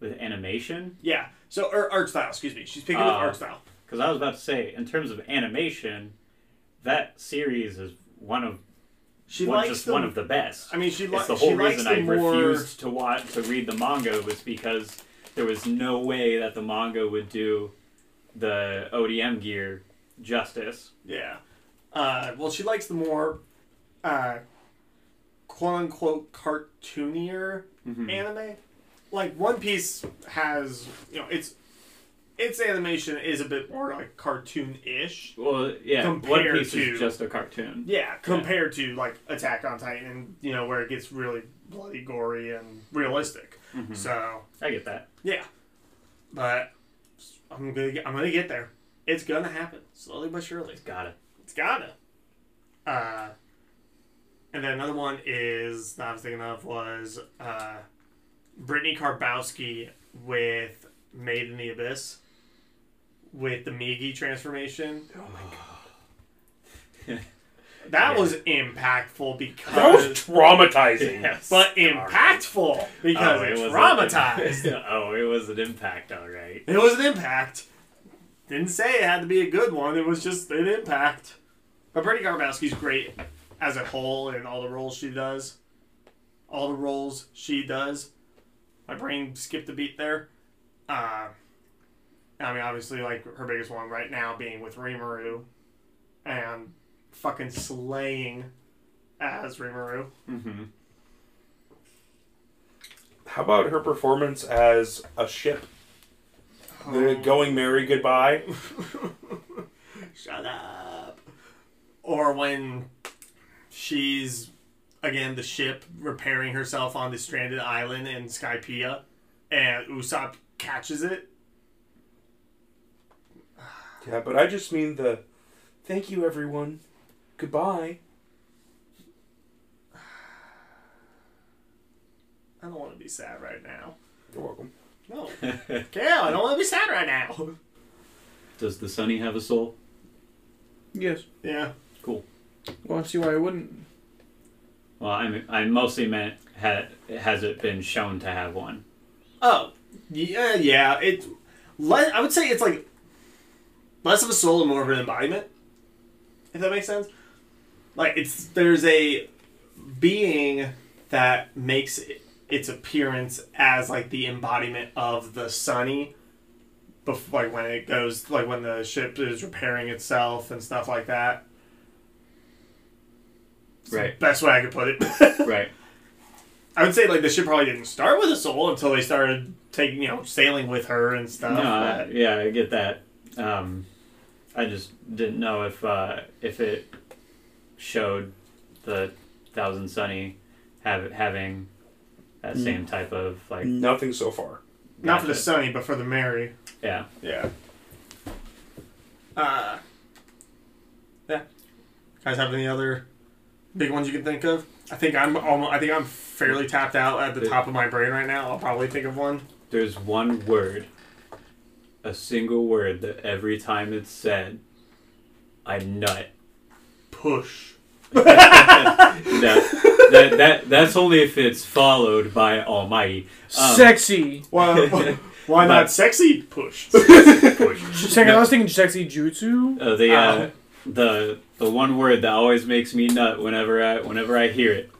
B: With animation,
D: Yeah. So or art style, excuse me. She's picky with
B: Oh.
D: art style.
B: because I was about to say, in terms of animation, that series is one of
D: She
B: one,
D: likes
B: just
D: the,
B: one of the best.
D: I mean, she, li-
B: it's the
D: she
B: whole
D: likes
B: reason
D: the
B: I
D: more.
B: refused to watch to read the manga was because there was no way that the manga would do the ODM gear justice.
D: Yeah. Uh, well, she likes the more, uh, quote unquote, cartoonier anime. Like One Piece has, you know, it's its animation is a bit more like cartoon-ish.
B: Well, yeah, One
D: Compared
B: Piece
D: to-
B: is just a cartoon.
D: Yeah, compared to like Attack on Titan, you know, where it gets really bloody, gory, and realistic. So
B: I get that.
D: yeah, but I'm gonna get, I'm gonna get there. It's gonna happen slowly but surely.
B: Gotta.
D: It's gotta. Uh, and then another one is that I was thinking of was uh, Brittany Karbowski with Made in the Abyss with the Migi transformation. Oh my god. that was impactful because
A: That was traumatizing.
D: but impactful because
B: Oh, it
D: it's
B: was
D: traumatized.
B: oh, it was an impact, all right.
D: It was an impact. Didn't say it had to be a good one. It was just an impact. But Brittany Garbowski's great as a whole in all the roles she does. All the roles she does. My brain skipped a beat there. Uh, I mean, obviously, like her biggest one right now being with Rimuru and fucking slaying as Rimuru.
A: How about her performance as a ship? The Going Merry Goodbye.
D: Shut up. Or when she's again the ship repairing herself on the stranded island in Skypea, and Usopp catches it.
A: Yeah, but I just mean the thank you, everyone. Goodbye.
D: I don't want to be sad right now.
A: You're welcome.
D: No, Kale, I don't want to be sad right now.
B: Does the Sunny have a soul?
C: Yes.
D: Yeah.
B: Cool.
C: Well, I see why I wouldn't.
B: Well, I I mostly meant ha- has it been shown to have one?
D: Oh, yeah, yeah. It. Le- I would say it's like less of a soul and more of an embodiment. If that makes sense. Like it's there's a being that makes it, its appearance as like the embodiment of the sunny. Bef- like when it goes, like when the ship is repairing itself and stuff like that.
B: Right.
D: Best way I could put it.
B: Right.
D: I would say like the ship probably didn't start with a soul until they started taking you know sailing with her and stuff.
B: No, I,
D: but-
B: yeah, I get that. Um, I just didn't know if uh, if it showed the Thousand Sunny have, having that same type of like
A: Nothing so far.
D: not for the
B: gotcha.
D: Sunny, but for the Mary.
B: yeah.
D: Yeah. Uh. Yeah. Guys, have any other big ones you can think of? I think I'm almost, I think I'm fairly tapped out at the top of my brain right now. I'll probably think of one.
B: There's one word, a single word that every time it's said, I nut.
D: Push.
B: That, that, that that's only if it's followed by Almighty. Um,
C: sexy.
D: Why?
B: But-
D: why not sexy? Push.
C: Second, I was thinking sexy jutsu.
B: Uh, the uh,
D: Um.
B: the the one word that always makes me nut whenever I whenever I hear it.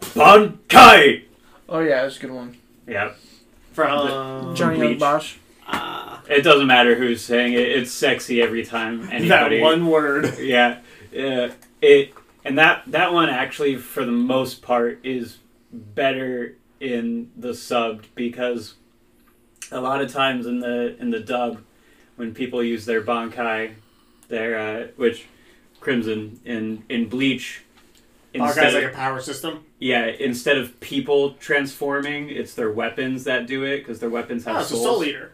B: Bankai.
C: Oh yeah, that's a good one.
B: Yeah,
D: From
C: Johnny Young
B: Bleach.
C: Bosch.
B: it doesn't matter who's saying it. It's sexy every time anybody.
D: that one word.
B: Yeah, yeah. It and that that one actually for the most part is better in the subbed because a lot of times in the in the dub when people use their bankai, their uh, which crimson in in bleach.
D: Our
B: instead
D: Oh, guy's
B: of-
D: like a power system.
B: Yeah, instead of people transforming, it's their weapons that do it because their weapons have
D: Oh, it's a
B: souls.
D: soul eater.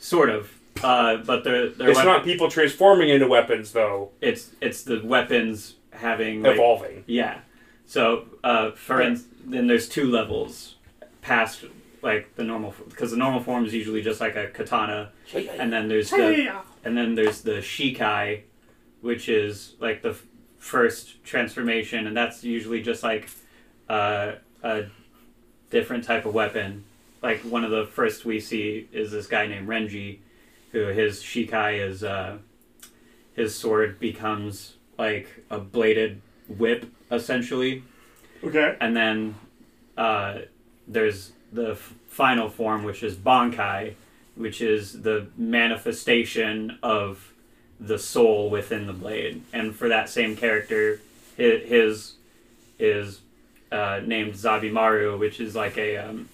B: Sort of, uh, but their their
A: It's
B: weapon-
A: not people transforming into weapons, though,
B: It's it's the weapons having like,
A: evolving.
B: yeah. So uh, for
D: Yeah.
B: ins- then there's two levels past like the normal because the normal form is usually just like a katana, and then there's the and then there's the shikai, which is like the f- first transformation, and that's usually just like uh, a different type of weapon. Like one of the first we see is this guy named Renji, who his shikai is uh, his sword becomes like a bladed whip essentially,
D: Okay.
B: and then uh, there's the f- final form, which is Bankai, which is the manifestation of the soul within the blade. And for that same character, his, his is uh, named Zabimaru, which is like a, um,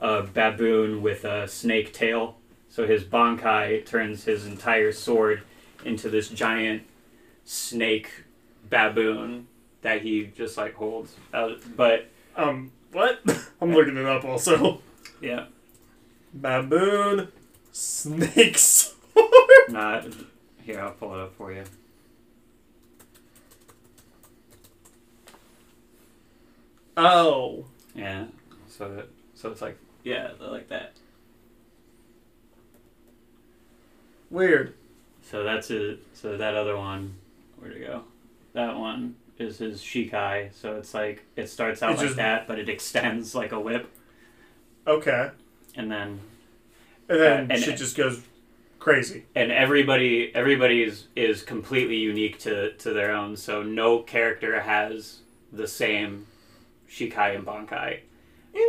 B: a baboon with a snake tail. So his Bankai turns his entire sword into this giant snake baboon that he just like holds. Uh, but
D: Um, what? I'm looking it up also.
B: yeah,
D: Baboon snakes.
B: not here. I'll pull it up for you.
D: oh.
B: Yeah. So that, so it's like yeah, like that.
D: Weird.
B: So that's it. So that other one, where'd it go? That one is his shikai. So it's like it starts out
D: It's
B: like
D: just-
B: that, but it extends like a whip,
D: Okay.
B: and then
D: And then
B: Uh, and-
D: shit just goes crazy.
B: and everybody everybody is is completely unique to to their own. So no character has the same shikai and bankai.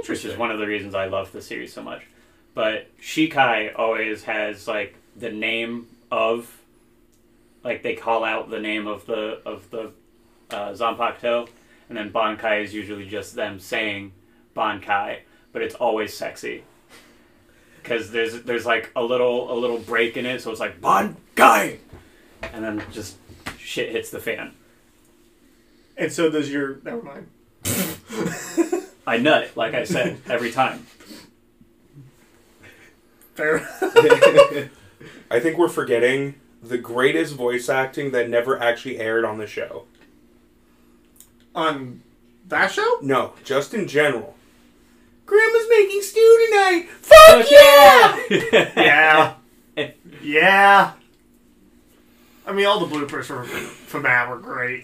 B: which is one of the reasons I love the series so much. But Shikai always has like the name of, like they call out the name of the of the uh, Zanpakuto, and then Bankai is usually just them saying Bankai, but it's always sexy. because there's there's like a little a little break in it, so it's like Bon guy, and then just shit hits the fan.
D: And so does your. Never mind.
B: I nut it, like I said every time.
D: Fair. enough.
A: I think we're forgetting the greatest voice acting that never actually aired on the show.
D: On that show?
A: No, just in general. Grandma's making stew tonight. Fuck
D: Yeah. yeah. I mean, all the bloopers from from that were great.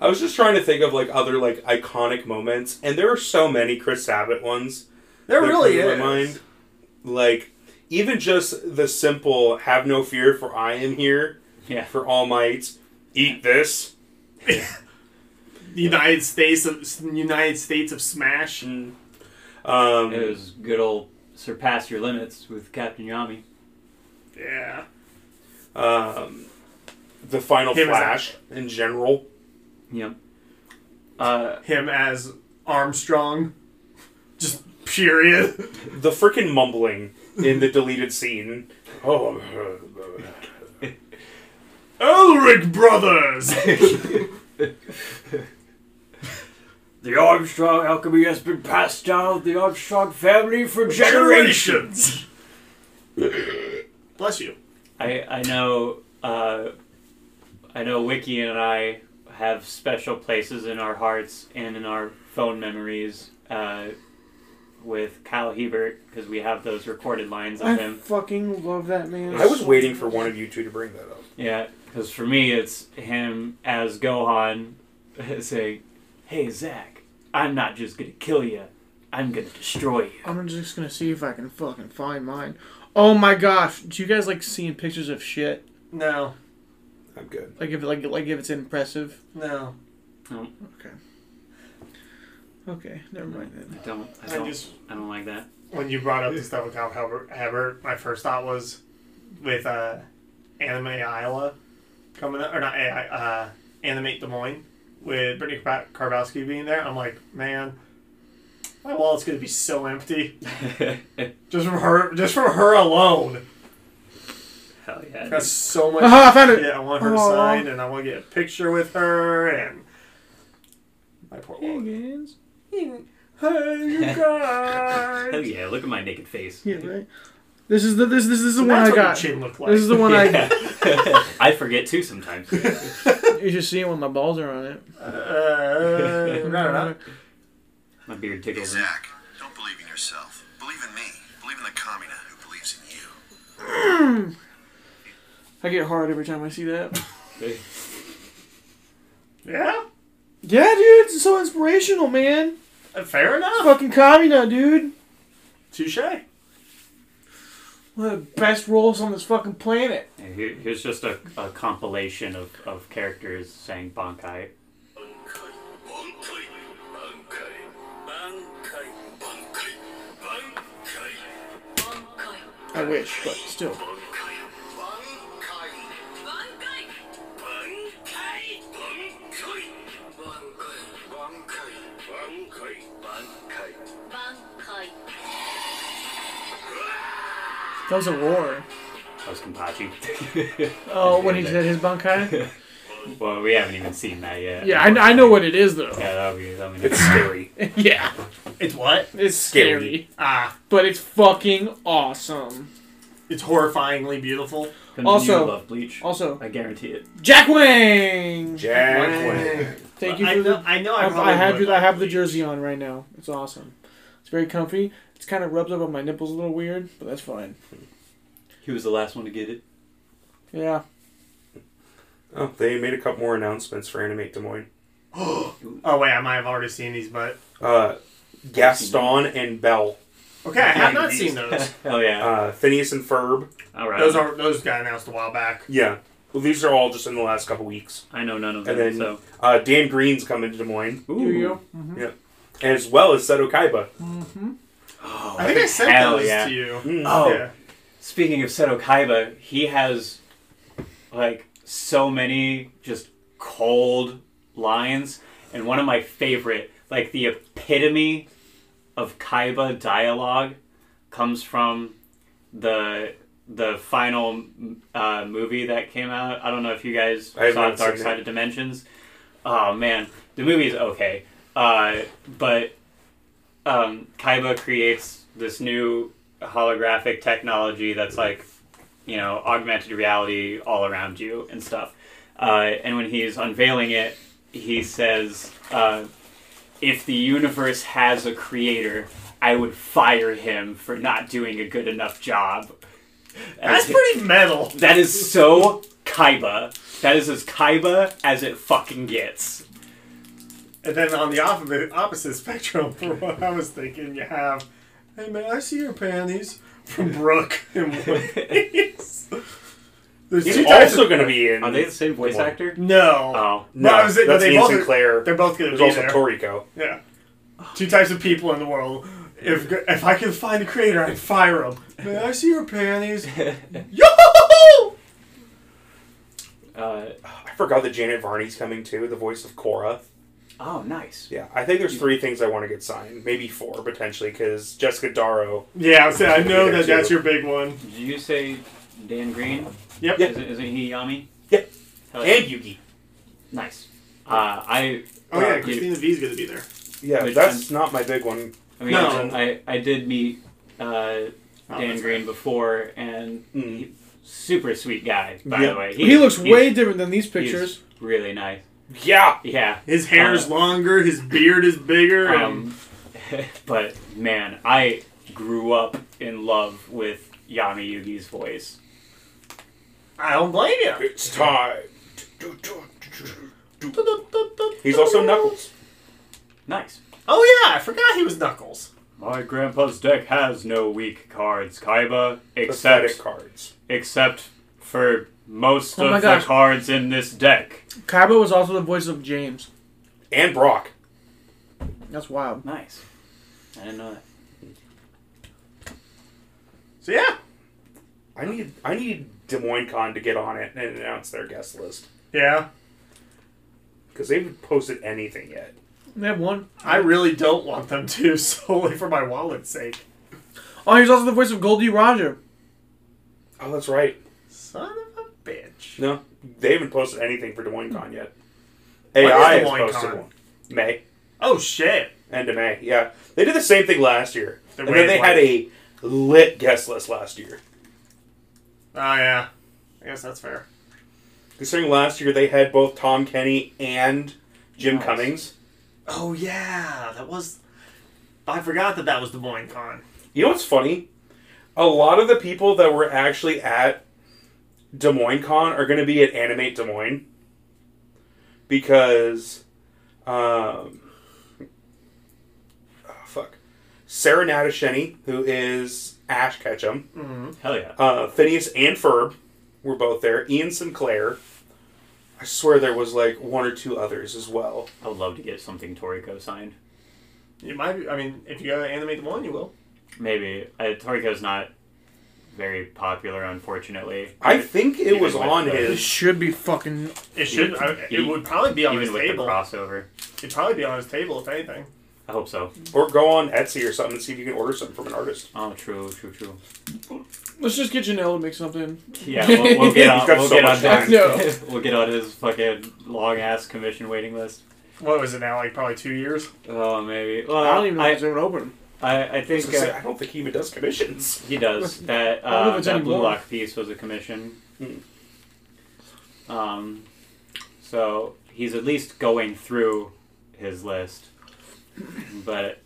A: I was just trying to think of like other like iconic moments, and there are so many Chris Sabat ones.
D: There
A: that
D: really
A: come to
D: is.
A: my Like even just the simple "Have no fear, for I am here."
B: Yeah.
A: For all might, eat this.
D: United States of United States of Smash.
A: Um,
I: It was good old surpass your limits with Captain Yami.
D: Yeah.
A: um, the Final
D: Him as
A: Flash in general.
I: Yep. Uh,
D: Him as Armstrong. Just period.
A: The freaking mumbling in the deleted scene. Oh,
D: Elric Brothers.
B: The Armstrong alchemy has been passed down the Armstrong family for
D: Generations. Bless you.
B: I I know uh, I know Wiki and I have special places in our hearts and in our phone memories uh, with Kyle Hebert because we have those recorded lines of
C: I
B: him.
C: fucking love that man.
A: I was waiting for one of you two to bring that up.
B: Yeah, because for me it's him as Gohan saying, "Hey Zach, I'm not just gonna kill you, I'm gonna destroy you."
C: I'm just gonna see if I can fucking find mine. Oh my gosh, do you guys like seeing pictures of shit?
D: No.
A: I'm good.
C: Like if like like if it's impressive.
D: No.
C: Okay, never mind then.
B: I don't. I
D: I
B: don't. I,
D: just
B: don't like that.
D: when you brought up the stuff with Kyle Hebert, Hebert, my first thought was with uh, Anime Isla coming up, or not AI, uh, Animate Des Moines with Brittany Kar- Karbowski being there. I'm like, man, my wallet's gonna be so empty just from her, just from her alone.
B: Hell yeah.
D: That's so much.
C: Aha, I found it.
D: Yeah, I want her to
C: Aw.
D: sign, and I want to get a picture with her, and my poor wallet.
C: Higgins.
D: Hey, you guys.
B: Hell yeah! Look at my naked face.
C: Yeah, right. This is the this this, this is the one
D: That's
C: I
D: what your
C: got.
D: chin looked like.
C: This is the one I
B: I forget too sometimes.
C: you should see it when my balls are on it.
D: Uh, no, no, no.
B: My beard tickles. me.
E: Zach, don't believe in yourself. Believe in me. Believe in the communa who believes in you.
C: I get hard every time I see that.
D: Yeah,
C: Yeah, dude, it's so inspirational, man.
D: uh, fair enough.
C: Fucking Kamina, dude.
D: Touche.
C: One of the best roles on this fucking planet.
B: And Here, here's just a, a compilation of, of characters saying Bonkai.
E: 満開満開満開満開満開満開満開
C: I wish, but still.
E: 満開満開満開満開満開満開満開満開満開
C: That was a roar.
B: That was Kenpachi.
C: Oh, when he did his bunkai?
B: well, we haven't even seen that yet.
C: Yeah, I, I know what it is, though.
B: Yeah, that'll be, that'll be it's scary.
C: Yeah.
D: It's what?
C: It's scary.
D: Ah,
C: But it's fucking awesome.
D: it's horrifyingly beautiful.
C: Also-
B: love Bleach.
C: Also,
B: I guarantee it.
C: Jack Wang!
A: Jack.
C: Thank you
D: I
C: for the.
D: know. I know.
C: I,
D: I,
C: I
D: probably
C: have
D: would
C: the, I have the
D: like
C: jersey on right now. It's awesome. It's very comfy. It's kind of rubbed up on my nipples a little weird, but that's fine.
B: He was the last one to get it.
C: Yeah.
A: Oh, they made a couple more announcements for Animate Des Moines.
D: Oh wait, I might have already seen these, but
A: Uh, Gaston and Bell.
D: okay, I have not
A: these.
D: seen those.
B: Hell yeah.
A: Uh, Phineas and Ferb.
B: All right.
D: Those are those got announced a while back.
A: Yeah. Well, these are all just in the last couple weeks.
B: I know none of them,
A: And then
B: so.
A: uh, Dan Green's coming to Des Moines,
B: Ooh.
C: Here you go.
A: as well as Seto Kaiba. Oh,
D: I think I sent
B: hell
D: those
B: yeah.
D: to you.
A: Mm-hmm. Hmm.
B: Oh,
D: Yeah.
B: speaking of Seto Kaiba, he has like so many just cold lines, and one of my favorite, like the epitome of Kaiba dialogue, comes from the the final uh, movie that came out. I don't know if you guys
A: I have
B: saw
A: not
B: Dark
A: seen
B: Side of Dimensions. Oh man, the movie's okay, uh, but um, Kaiba creates this new holographic technology that's like you know augmented reality all around you and stuff. Uh, and when he's unveiling it, he says, uh, "If the universe has a creator." I would fire him for not doing a good enough job.
D: That's pretty metal.
B: That is so Kaiba. That is as Kaiba as it fucking gets.
D: And then on the opposite, opposite spectrum for what I was thinking, you have, hey man, I see your panties from Brooke and Waze. There's
A: He's
D: two types
A: also
D: of
A: going to be in.
B: Are they the same voice
A: Come on.
B: actor?
D: no.
B: Oh.
A: No,
D: I was- no,
A: that's
D: they
A: Ian
D: both are-
A: Sinclair.
D: They're both going to
A: There's
D: be
A: also
D: there.
A: Toriko.
D: yeah, two types of people in the world. If if I can find a creator, I'd fire him. Man, I see your panties. Yo!
B: Uh,
A: I forgot that Janet Varney's coming too, the voice of Korra.
B: oh, nice.
A: Yeah, I think there's three things I want to get signed, maybe four potentially, because Jessica Darrow.
D: Yeah, I was saying, I know
A: Yeah,
D: that that's
A: too.
D: your big one.
B: Did you say Dan Green?
D: Yep.
B: Isn't, isn't he Yami?
A: Yep.
B: Hell yeah.
A: Yugi.
B: Nice. Uh, I
D: Oh yeah,
B: Uh,
D: Christina V's gonna be there.
A: Yeah,
B: Which
A: that's not my big one.
B: I mean,
D: No.
B: I, I did meet uh, Dan
C: Oh,
D: that's
B: Green before, and
A: Mm.
B: he, super sweet guy, by
A: Yeah.
B: the way.
C: Mm-hmm. He looks
B: he's-
C: way different than these
B: he's
C: pictures.
B: really nice.
A: Yeah,
B: Yeah.
D: His hair's
B: Uh,
D: longer, his beard is bigger. and-
B: Um, but man, I grew up in love with Yami Yugi's voice.
D: I don't blame you.
A: it's time. He's also Knuckles.
B: Nice.
D: Oh yeah, I forgot he was Knuckles.
B: My grandpa's deck has no weak cards, Kaiba,
A: Pathetic cards.
B: except for most
C: Oh my gosh.
B: cards in this deck.
C: Kaiba was also the voice of James.
A: And Brock.
C: That's wild.
B: Nice. I didn't know that.
D: So yeah.
A: I need I need Des Moines Con to get on it and announce their guest list.
D: Yeah.
A: Because they haven't posted anything yet.
C: They have one.
D: I really don't want them to solely for my wallet's sake.
C: Oh, he was also the voice of Goldie Roger.
A: Oh, that's right.
D: Son of a bitch.
A: No, they haven't posted anything for Des Moines Con yet.
D: is
A: AI
D: Des
A: has
D: Moines
A: posted
D: Con?
A: one. May.
D: Oh shit.
A: End of May, yeah. They did the same thing last year.
D: They
A: and then they
D: waited,
A: had a lit guest list last year.
D: Oh yeah. I guess that's fair.
A: Considering last year they had both Tom Kenny and Jim
B: Nice.
A: Cummings.
D: Oh yeah, that was. I forgot that that was the Moine Con.
A: You know what's funny? A lot of the people that were actually at Des Moines Con are going to be at Animate Des Moines because, um, oh, fuck, Sarah Nadasheni, who is Ash Ketchum,
B: Hell yeah.
A: uh, Phineas and Ferb were both there. Ian Sinclair. I swear there was like one or two others as well.
B: I would love to get something Toriko signed.
D: You might. Be, I mean, if you go to animate the Moine, you will.
B: Maybe. Uh, Toriko's not very popular, unfortunately.
A: I think it
B: Even
A: was
B: with
A: on
B: the-
C: It
A: his.
C: should be fucking.
D: It should. I, it
B: Even-
D: would probably be on his
B: Even with the
D: table.
B: crossover.
D: It'd probably be on his table if anything.
B: I hope so.
A: Or go on Etsy or something and see if you can order something from an artist.
B: Oh, true, true, true.
C: Let's just get Janelle to make something.
B: Yeah, we'll, we'll get on.
A: He's got
B: We'll
A: so
B: get
A: much
B: on
A: time.
B: his, we'll get on his fucking long ass commission waiting list.
D: What was it now? Like probably two years.
B: Oh, maybe. Well,
C: I don't even know if
B: I,
C: it's even open.
B: I, I
A: I, was
B: think
A: gonna say,
B: uh,
A: I don't think he even does commissions.
B: he does that.
C: don't know if
B: Uh,
C: it's
B: that
C: anymore.
B: blue lock piece was a commission. Um, so he's at least going through his list, but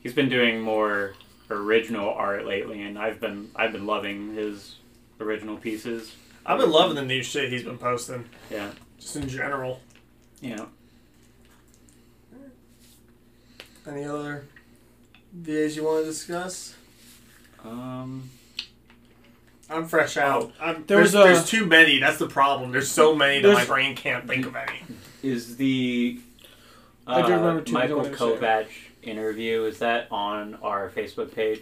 B: he's been doing more original art lately, and I've been I've been loving his original pieces.
D: I've been loving the new shit he's been posting,
B: Yeah,
D: just in general.
B: yeah.
D: Any other VAs you want to discuss?
B: Um,
D: I'm fresh out. I'm,
C: There was
D: there's,
C: a-
D: there's too many. That's the problem. There's so many that my
C: There's-
D: brain can't think of any.
B: is the uh,
C: I do remember two, I
B: Michael
C: don't wanna say it.
B: Kovac interview is that on our Facebook page?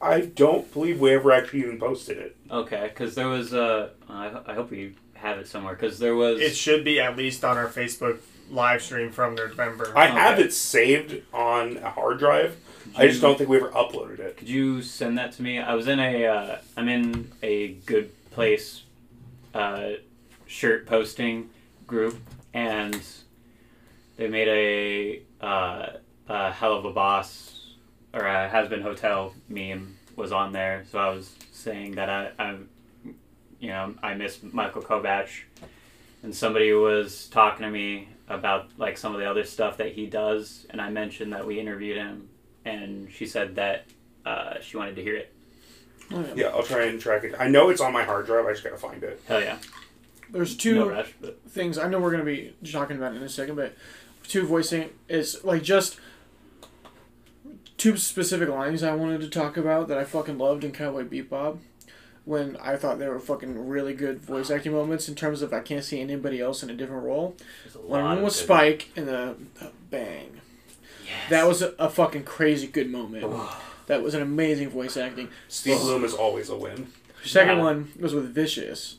A: I don't believe we ever actually even posted it.
B: Okay, because there was Uh, I, I hope we have it somewhere because there was.
D: It should be at least on our Facebook live stream from November.
A: I have
B: Okay.
A: it saved on a hard drive, I just don't think we ever uploaded it.
B: Could you send that to me? I was in a uh, I'm in a good place uh, shirt posting group, and they made a, uh, a hell of a boss or a has been hotel meme was on there. So I was saying that I, I you know I miss Michael Kovach, and somebody was talking to me about like some of the other stuff that he does, and I mentioned that we interviewed him, and she said that uh, she wanted to hear it.
A: Yeah, I'll try and track it. I know it's on my hard drive. I just gotta find it.
B: Hell yeah,
C: There's two
B: no rush, but
C: things I know we're gonna be talking about it in a second, but two voicing is like just two specific lines I wanted to talk about that I fucking loved in Cowboy Bebop. When I thought they were fucking really good voice acting moments in terms of I can't see anybody else in a different role.
B: there's a
C: When
B: lot
C: one
B: of
C: was
B: good-
C: Spike and the the bang. That was a, a fucking crazy good moment. that was an amazing voice acting.
A: Steve Bloom is always a win.
C: Second
B: Yeah.
C: one was with Vicious,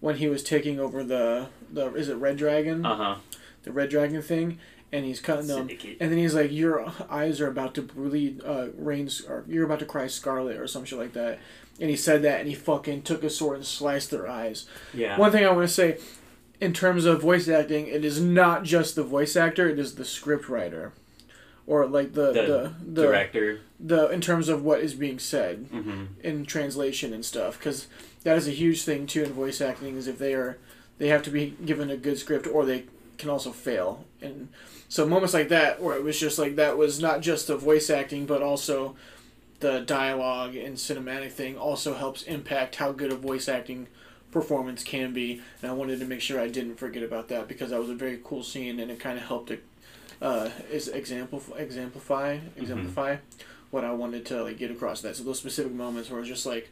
C: when he was taking over the the is it Red Dragon?
B: Uh huh.
C: the red dragon thing, and he's cutting them.
B: Syndicate.
C: And then he's like, "Your eyes are about to bleed, uh, rains, or you're about to cry scarlet, or some shit like that." And he said that, and he fucking took a sword and sliced their eyes.
B: Yeah.
C: One thing I want to say, in terms of voice acting, it is not just the voice actor; it is the script writer, or like the the,
B: the,
C: the
B: director.
C: the in terms of what is being said in translation and stuff because that is a huge thing too in voice acting is if they are they have to be given a good script or they can also fail and so moments like that where it was just like that was not just the voice acting but also the dialogue and cinematic thing also helps impact how good a voice acting performance can be and i wanted to make sure i didn't forget about that because that was a very cool scene and it kind of helped it uh, is example exemplify exemplify what I wanted to like get across that. So those specific moments where it was just like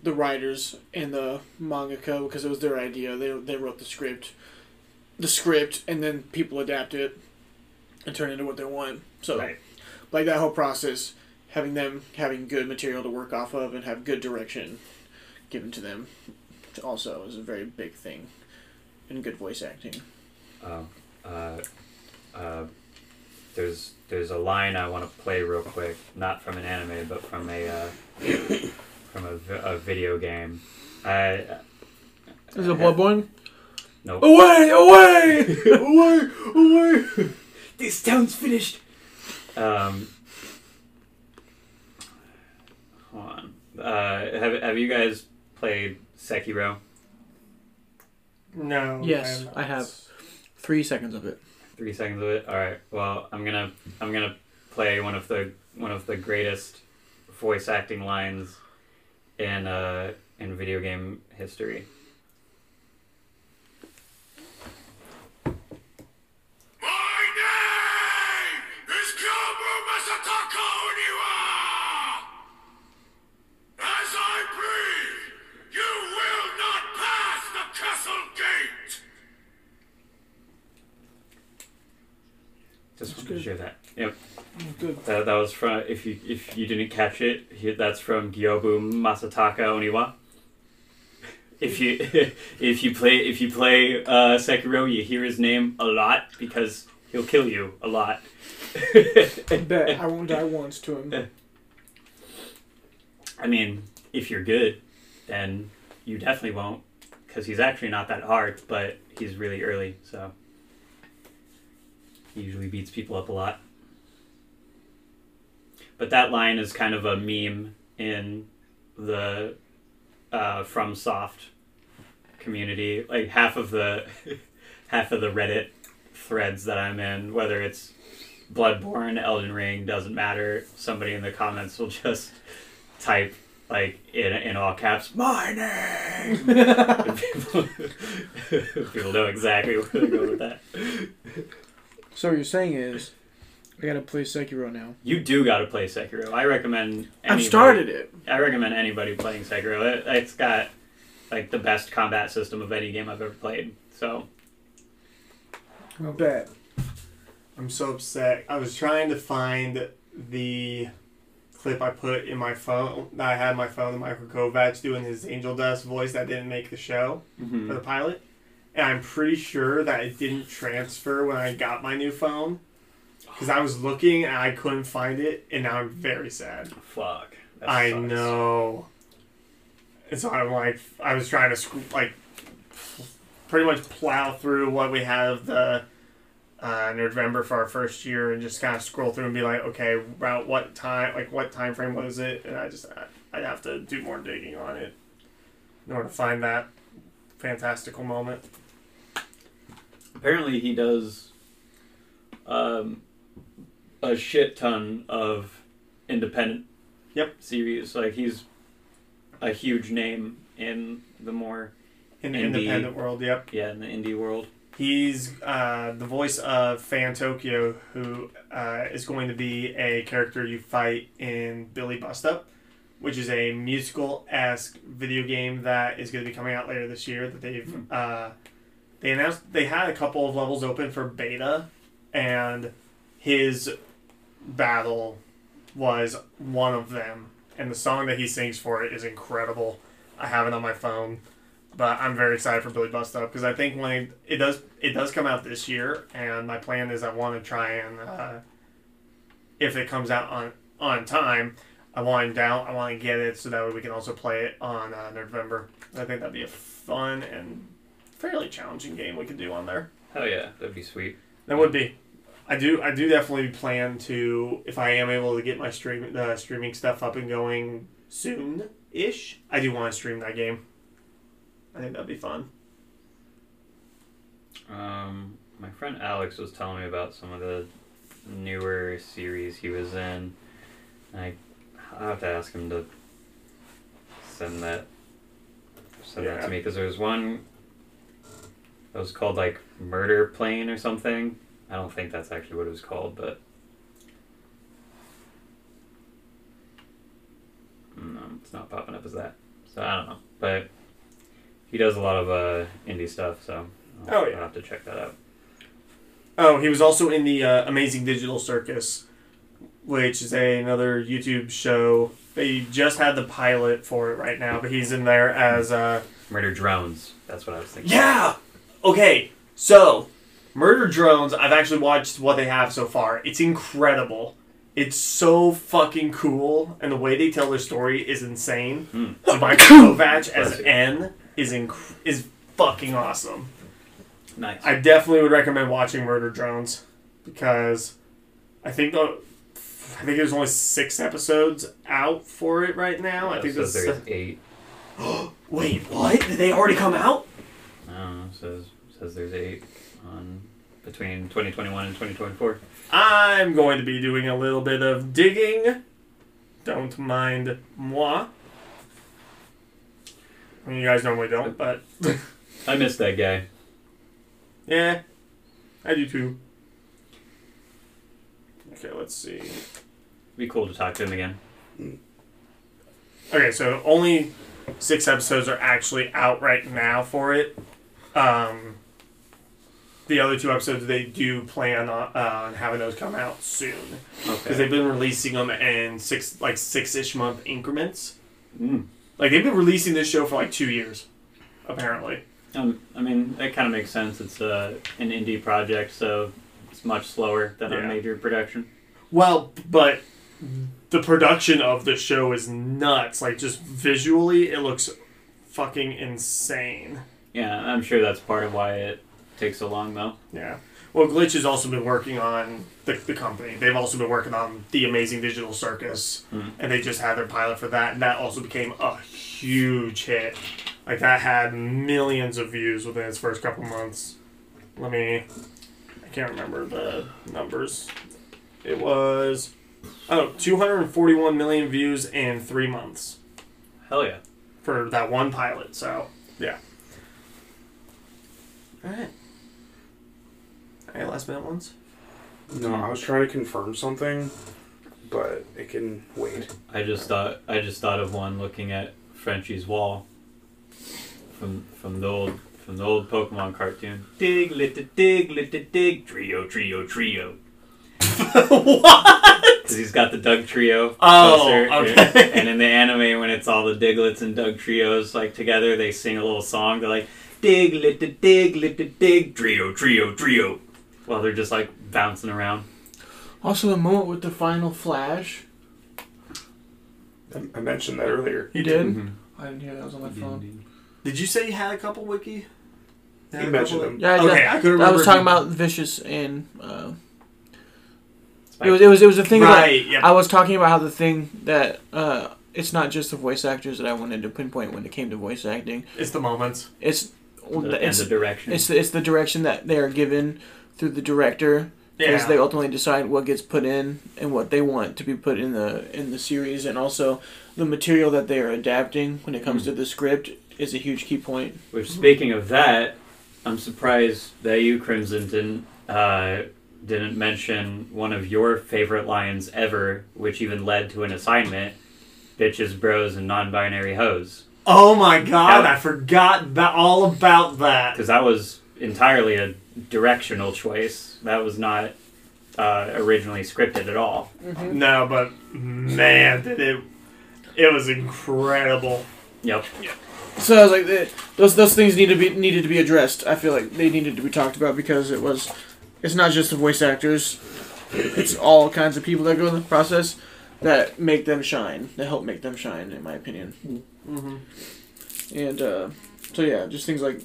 C: the writers and the mangaka because it was their idea. They they wrote the script, the script, and then people adapt it and turn it into what they want. So
B: Right.
C: like that whole process, having them having good material to work off of and have good direction given to them, also is a very big thing. And good voice acting.
B: uh, uh, there's there's a line I want to play real quick, not from an anime, but from a uh, from a, vi- a video game. I
C: Is it Bloodborne?
B: no.
C: Away! Away! away! Away!
B: This town's finished. Um, hold on. Uh, have have you guys played Sekiro?
D: No.
C: Yes,
D: I'm-
C: I have. Three seconds of it.
B: Three seconds of it. All right. Well, I'm gonna I'm gonna play one of the one of the greatest voice acting lines in uh, in video game history.
J: My name is Kabu Masataka Oniwa! As I breathe, you will not pass the castle gate!
B: Just wanted to share that. Yep.
C: Good.
B: That, that was from if you if you didn't catch it, he- that's from Gyobu Masataka Oniwa. If you if you play if you play uh, Sekiro, you hear his name a lot because he'll kill you a lot.
C: I bet I won't die once to him.
B: I mean, if you're good, then you definitely won't, because he's actually not that hard, but he's really early, so he usually beats people up a lot. But that line is kind of a meme in the uh, from soft community. Like half of the half of the Reddit threads that I'm in, whether it's Bloodborne, Elden Ring, doesn't matter. Somebody in the comments will just type like in, in all caps my name And people, people know exactly where to go with that
C: So what you're saying is, I gotta play Sekiro now.
B: you do got to play sekiro i recommend anybody,
C: I've started it.
B: i recommend anybody playing sekiro it, it's got like the best combat system of any game i've ever played so
C: I bet.
D: I'm so upset. I was trying to find the clip I put in my phone that I had in my phone of Michael Kovacs doing his Angel Dust voice that didn't make the show for the pilot. And I'm pretty sure that it didn't transfer when I got my new phone. because I was looking and I couldn't find it, and now I'm very sad.
B: Fuck. That
D: I
B: sucks.
D: know. And so I'm like, I was trying to sc- like pretty much plow through what we have the uh, November for our first year, and just kind of scroll through and be like, okay, about what time, like what time frame was it? And I just, I- I'd have to do more digging on it in order to find that fantastical moment.
B: Apparently, he does um, a shit ton of independent
D: Yep.
B: series. Like he's a huge name in the more
D: In the
B: Indie.
D: independent world, yep.
B: yeah in the indie world.
D: He's uh, the voice of Fan Tokyo, who uh, is going to be a character you fight in Billy Bust Up, which is a musical esque video game that is going to be coming out later this year. That they've uh, they announced they had a couple of levels open for beta, and his battle was one of them. And the song that he sings for it is incredible. I have it on my phone but I'm very excited for Billy Bust Up because I think when it, it does it does come out this year, and my plan is I want to try and uh, if it comes out on on time, I want him down. I want to get it so that way we can also play it on uh, November. I think that'd be a fun and fairly challenging game we could do on there.
B: Hell yeah, that'd be sweet.
D: That would be. I do. I do definitely plan to if I am able to get my stream the streaming stuff up and going soon ish. I do want to stream that game. I think that'd be fun.
B: Um, my friend Alex was telling me about some of the newer series he was in. And I I'll have to ask him to send that send that
D: Yeah.
B: to me because there was one that was called like Murder Plane or something. I don't think that's actually what it was called, but mm, no, it's not popping up as that. So I don't know, but he does a lot of uh, indie stuff, so I'll,
D: Oh, yeah.
B: I'll have to check that out.
D: Oh, he was also in the uh, Amazing Digital Circus, which is a, another YouTube show. They just had the pilot for it right now, but he's in there as uh,
B: Murder drones. That's what I was thinking.
D: yeah. Okay, so Murder Drones. I've actually watched what they have so far. It's incredible. It's so fucking cool, and the way they tell their story is insane. Mike Kovac as N is inc- is fucking awesome.
B: Nice.
D: I definitely would recommend watching Murder Drones because I think the I think there's only six episodes out for it right now. I think
B: so
D: that's
B: there's eight.
D: wait what did they already come out?
B: I don't know. Says says there's eight on between 2021 and 2024.
D: I'm going to be doing a little bit of digging. Don't mind moi. I mean, you guys normally don't, but
B: I missed that guy.
D: yeah, I do too. Okay, let's see.
B: Be cool to talk to him again.
D: Okay, so only six episodes are actually out right now for it. Um, the other two episodes they do plan on, uh, on having those come out soon because
B: Okay.
D: they've been releasing them in six like six ish month increments. Hmm.
B: Mm.
D: Like they've been releasing this show for like two years, apparently.
B: Um, I mean, that kind of makes sense. It's uh, an indie project, so it's much slower than a
D: Yeah.
B: major production.
D: Well, but the production of the show is nuts. Like just visually, it looks fucking insane.
B: Yeah, I'm sure that's part of why it takes so long, though.
D: Yeah. Well, Glitch has also been working on the, the company. They've also been working on the Amazing Digital Circus, and they just had their pilot for that, and that also became a huge hit. Like that had millions of views within its first couple months. Let me. I can't remember the numbers. It was oh 241 million views in three months
B: Hell yeah.
D: for that one pilot. So yeah. All right. Any last minute ones?
A: No, I was trying to confirm something, but it can wait.
B: I just thought I just thought of one looking at Frenchie's wall from from the old from the old Pokemon cartoon. Dig lit dig lit dig trio trio trio. what? Because he's got the Doug trio.
D: Oh,
B: poster.
D: okay.
B: And in the anime, when it's all the Diglets and Doug trios like together, they sing a little song. They're like dig lit dig lit dig trio trio trio, while they're just like bouncing around.
C: Also, the moment with the final flash.
A: I, I mentioned that earlier.
C: You did? Mm-hmm.
B: Mm-hmm.
C: I didn't hear that. I was on my phone.
D: Did you say you had a couple wiki? Had
A: He
D: a
A: mentioned
D: couple
A: them.
D: of-
C: Yeah, I,
D: Okay,
C: yeah,
D: I couldn't
C: I was
D: remember
C: talking
D: if
C: about vicious and. Uh, it was it was it was a thing about-
D: Right, yep.
C: I was talking about how the thing that uh, it's not just the voice actors that I wanted to pinpoint when it came to voice acting.
D: It's the moments.
C: It's well,
B: The, and
C: it's
B: the direction.
C: it's the, it's the direction that they are given through the director because
D: Yeah.
C: they ultimately decide what gets put in and what they want to be put in the in the series and also the material that they are adapting when it comes to the script is a huge key point.
B: Which, speaking of that, I'm surprised that you, Crimson, didn't uh, didn't mention one of your favorite lines ever, which even led to an assignment: "Bitches, bros, and non-binary hoes."
D: Oh my god,
B: Yeah.
D: I forgot ba- all about that.
B: Because that was entirely a directional choice. That was not uh, originally scripted at all.
D: No, but man, did it it was incredible.
B: Yep.
C: So I was like, eh, those those things need to be needed to be addressed. I feel like they needed to be talked about because it was, it's not just the voice actors, it's all kinds of people that go in the process that make them shine, that help make them shine, in my opinion. And uh, so yeah, just things like.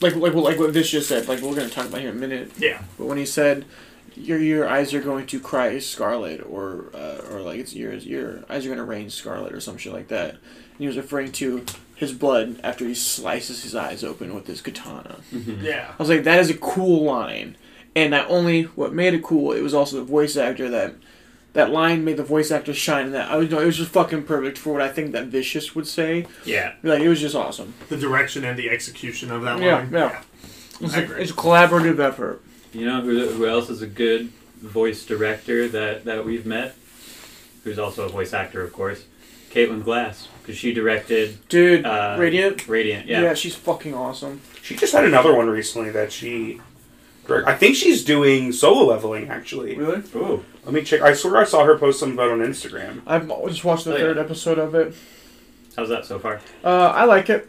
C: Like, like, like what this just said. Like we're gonna talk about here in a minute.
D: Yeah.
C: But when he said, "Your your eyes are going to cry scarlet," or uh, or like it's your your eyes are going to rain scarlet, or some shit like that, and he was referring to his blood after he slices his eyes open with his katana.
D: Yeah.
C: I was like, that is a cool line, and not only what made it cool, it was also the voice actor that. That line made the voice actor shine, and that I was, it was just fucking perfect for what I think that Vicious would say.
D: Yeah.
C: Like it was just awesome.
D: The direction and the execution of that
C: Yeah,
D: line.
C: yeah. It's,
D: I
C: a,
D: agree.
C: it's a collaborative effort.
B: You know who, who else is a good voice director that, that we've met? Who's also a voice actor, of course. Caitlin Glass, because she directed
C: Dude,
B: uh,
C: Radiant.
B: Radiant, yeah.
C: Yeah. she's fucking awesome.
A: She just had another one recently that she. I think she's doing solo leveling actually.
C: Really?
B: Ooh.
A: Let me check. I swear I saw her post something about it on Instagram.
C: I've just watched the
B: Oh, yeah.
C: third episode of it.
B: How's that so far?
C: Uh, I like it.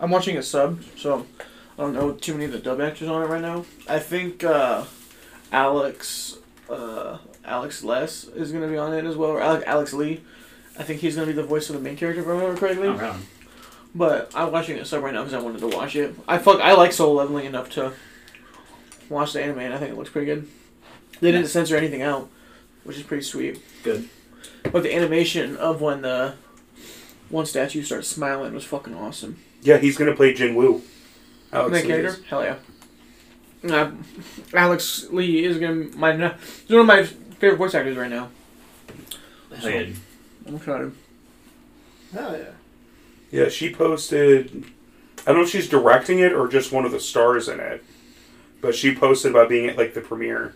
C: I'm watching a sub, so I don't know too many of the dub actors on it right now. I think uh, Alex uh, Alex Less is gonna be on it as well, or Alex, Alex Lee. I think he's gonna be the voice of the main character, if I remember correctly.
B: Not wrong.
C: But I'm watching a sub right now because I wanted to watch it. I fuck, I like Soul Leveling enough to watch the anime, and I think it looks pretty good. They didn't censor anything out, which is pretty sweet.
B: Good.
C: But the animation of when the one statue starts smiling was fucking awesome.
A: Yeah, he's gonna play Jin Woo. Alex
C: Nick
A: Lee is.
C: Hader? Hell yeah. Uh, Alex Lee is gonna my he's one of my favorite voice actors right now.
B: Hell yeah.
C: I'm excited.
D: Hell yeah.
A: Yeah, she posted. I don't know if she's directing it or just one of the stars in it, but she posted about being at like the premiere.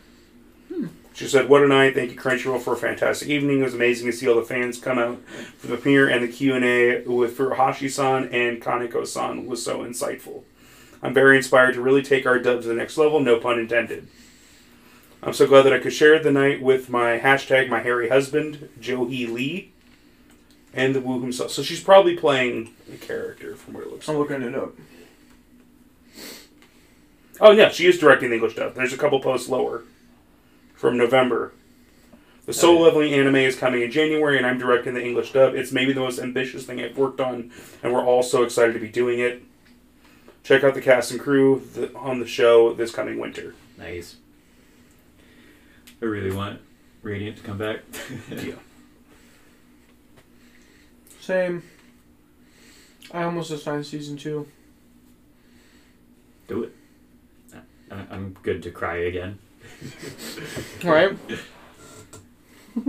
A: She said, "What a night! Thank you, Crunchyroll, for a fantastic evening. It was amazing to see all the fans come out for the premiere and the Q and A with Furuhashi-san and Kaneko-san was so insightful. I'm very inspired to really take our dub to the next level. No pun intended. I'm so glad that I could share the night with my hashtag my hairy husband Joey Lee." and the Woo himself. So she's probably playing a character from what it looks
C: I'm
A: like.
C: looking it up.
A: Oh, yeah, she is directing the English dub. There's a couple posts lower from November. The Soul Leveling anime is coming in January, and I'm directing the English dub. It's maybe the most ambitious thing I've worked on, and we're all so excited to be doing it. Check out the cast and crew th on the show this coming winter.
B: Nice. I really want Radiant to come back.
A: Yeah.
C: Same. I almost assigned season two.
B: Do it. I- I'm good to cry again.
C: Right? I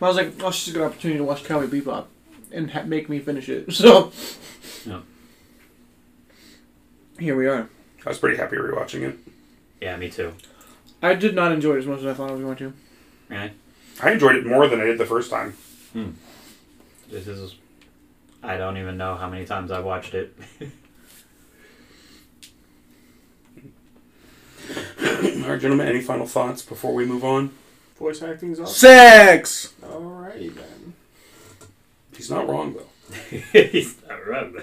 C: was like, oh, she's got an opportunity to watch Cowboy Bebop and ha- make me finish it. So.
B: No.
C: Here we are.
A: I was pretty happy rewatching it.
B: Yeah, me too.
C: I did not enjoy it as much as I thought I was going to.
B: Right?
A: I enjoyed it more than I did the first time.
B: This is. I don't even know how many times I've watched it.
A: All right, gentlemen, any final thoughts before we move on?
D: Voice acting's awesome.
C: Sex!
D: Alrighty then.
A: He's not wrong, though.
B: He's not wrong.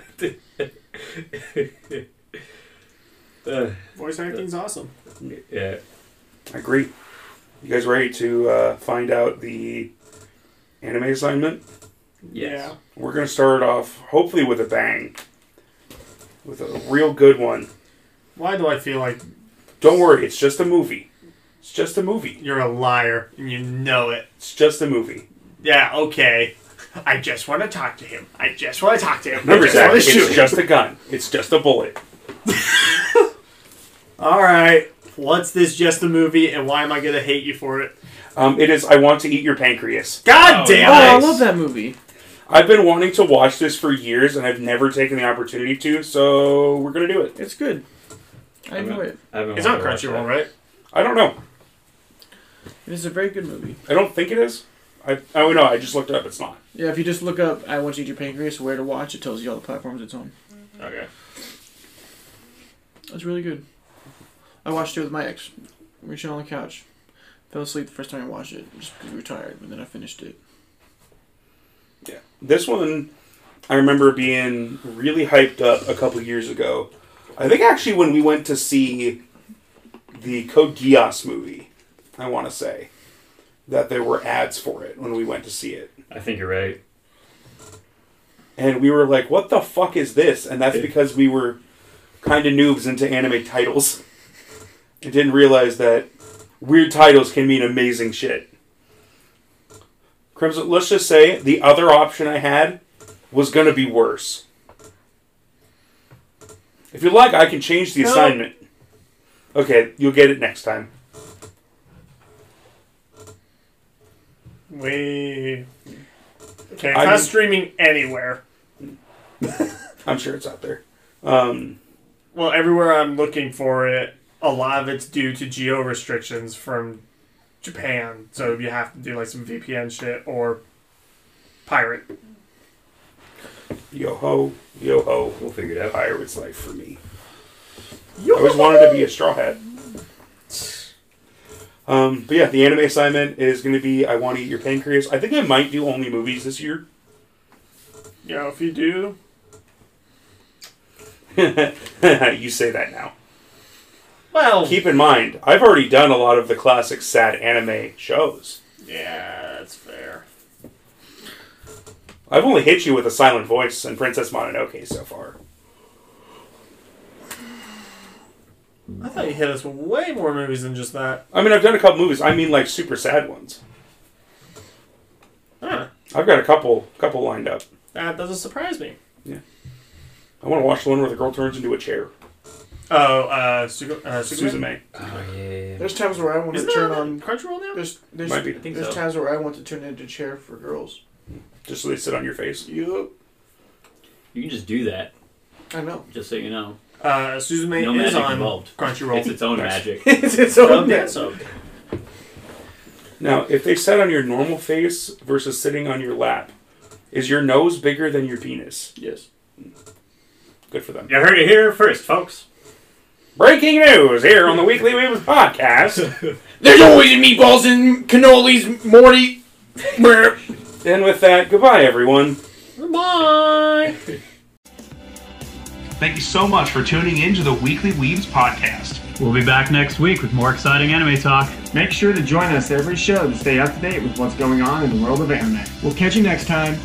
B: uh,
D: Voice acting's awesome.
B: Uh, yeah.
A: I agree. You guys ready to uh, find out the anime assignment?
B: Yes.
A: We're going to start off, hopefully, with a bang. With a real good one.
D: Why do I feel like
A: Don't worry, it's just a movie. It's just a movie.
D: you're a liar and you know it?
A: It's just a movie.
D: Yeah, okay. I just want to talk to him. I just want to talk to him.
A: Remember,
D: I just
A: Zach,
D: want to
A: it's
D: shoot. him.
A: just a gun. It's just a bullet.
D: All right. What's this just a movie and why am I going to hate you for it?
A: Um, it is I Want to Eat Your Pancreas.
D: God
B: Oh,
D: damn
C: Oh, I
D: it.
C: love that movie.
A: I've been wanting to watch this for years, and I've never taken the opportunity to, so we're going to do it.
C: It's good. I enjoy it.
B: I haven't
D: It's on
A: Oh,
B: wanted to watch
D: Crunchyroll,
B: that.
D: right?
A: I don't know.
C: It is a very good movie.
A: I don't think it is. I, oh, no, I just looked it up. It's not.
C: Yeah, if you just look up "I Want to Eat Your Pancreas," where to watch, it tells you all the platforms it's on.
B: Okay.
C: It's really good. I watched it with my ex. We were chilling on the couch. Fell asleep the first time I watched it, just because we were tired, and then I finished it.
A: This one, I remember being really hyped up a couple years ago. I think actually when we went to see the Code Geass movie, I want to say that there were ads for it when we went to see it,
B: I think you're right.
A: and we were like, "What the fuck is this?" And that's because we were kind of noobs into anime titles and didn't realize that weird titles can mean amazing shit. Crimson, let's just say the other option I had was going to be worse. If you like, I can change the assignment. Okay, you'll get it next time.
D: We. Okay, it's
A: I'm-
D: not streaming anywhere.
A: I'm sure it's out there. Um,
D: Well, everywhere I'm looking for it, a lot of it's due to geo restrictions from Japan. So you have to do like some VPN shit or pirate.
A: yo ho, yo ho.
B: We'll figure it out.
A: Pirate's life for me. I always wanted to be a straw hat. Um, but yeah, the anime assignment is going to be I Want to Eat Your Pancreas. I think I might do only movies this year.
D: Yeah, if you do.
A: you say that now.
D: Well,
A: Keep in mind, I've already done a lot of the classic sad anime shows.
D: yeah, that's fair.
A: I've only hit you with a silent voice and Princess Mononoke so far.
D: I thought you hit us with way more movies than just that.
A: I mean, I've done a couple movies. I mean, like super sad ones.
D: Huh.
A: I've got a couple, couple lined up.
D: That doesn't surprise me.
A: I want to watch the one where the girl turns into a chair.
D: Oh, uh, Su- uh
A: Susan
D: Susan.
A: May.
B: Oh, yeah.
C: There's times where I want
D: Isn't
C: to
D: that
C: turn
D: on
C: on.
D: Crunchyroll now?
C: There's there's,
A: Might be.
B: I think
C: there's
B: so.
C: times where I want to turn into a chair for girls.
A: Just so they sit on your face.
C: Yup.
B: You can just do that,
C: I know.
B: just so you know.
D: Uh, Susan May
B: No
D: is
B: magic
D: on
B: involved.
D: Crunchyroll.
B: It's its own
A: Nice.
B: magic.
C: it's its own
D: Okay,
C: dance.
D: so
A: Now, if they sat on your normal face versus sitting on your lap, is your nose bigger than your penis?
C: Yes.
A: Good for them.
B: You heard it here first, folks.
A: Breaking news here on the Weekly Weaves podcast.
C: There's always meatballs and cannolis, Morty. Where?
A: and with that, goodbye, everyone.
D: Bye.
A: Thank you so much for tuning in to the Weekly Weaves podcast.
F: We'll be back next week with more exciting anime talk.
K: Make sure to join us every show to stay up to date with what's going on in the world of anime. We'll catch you next time.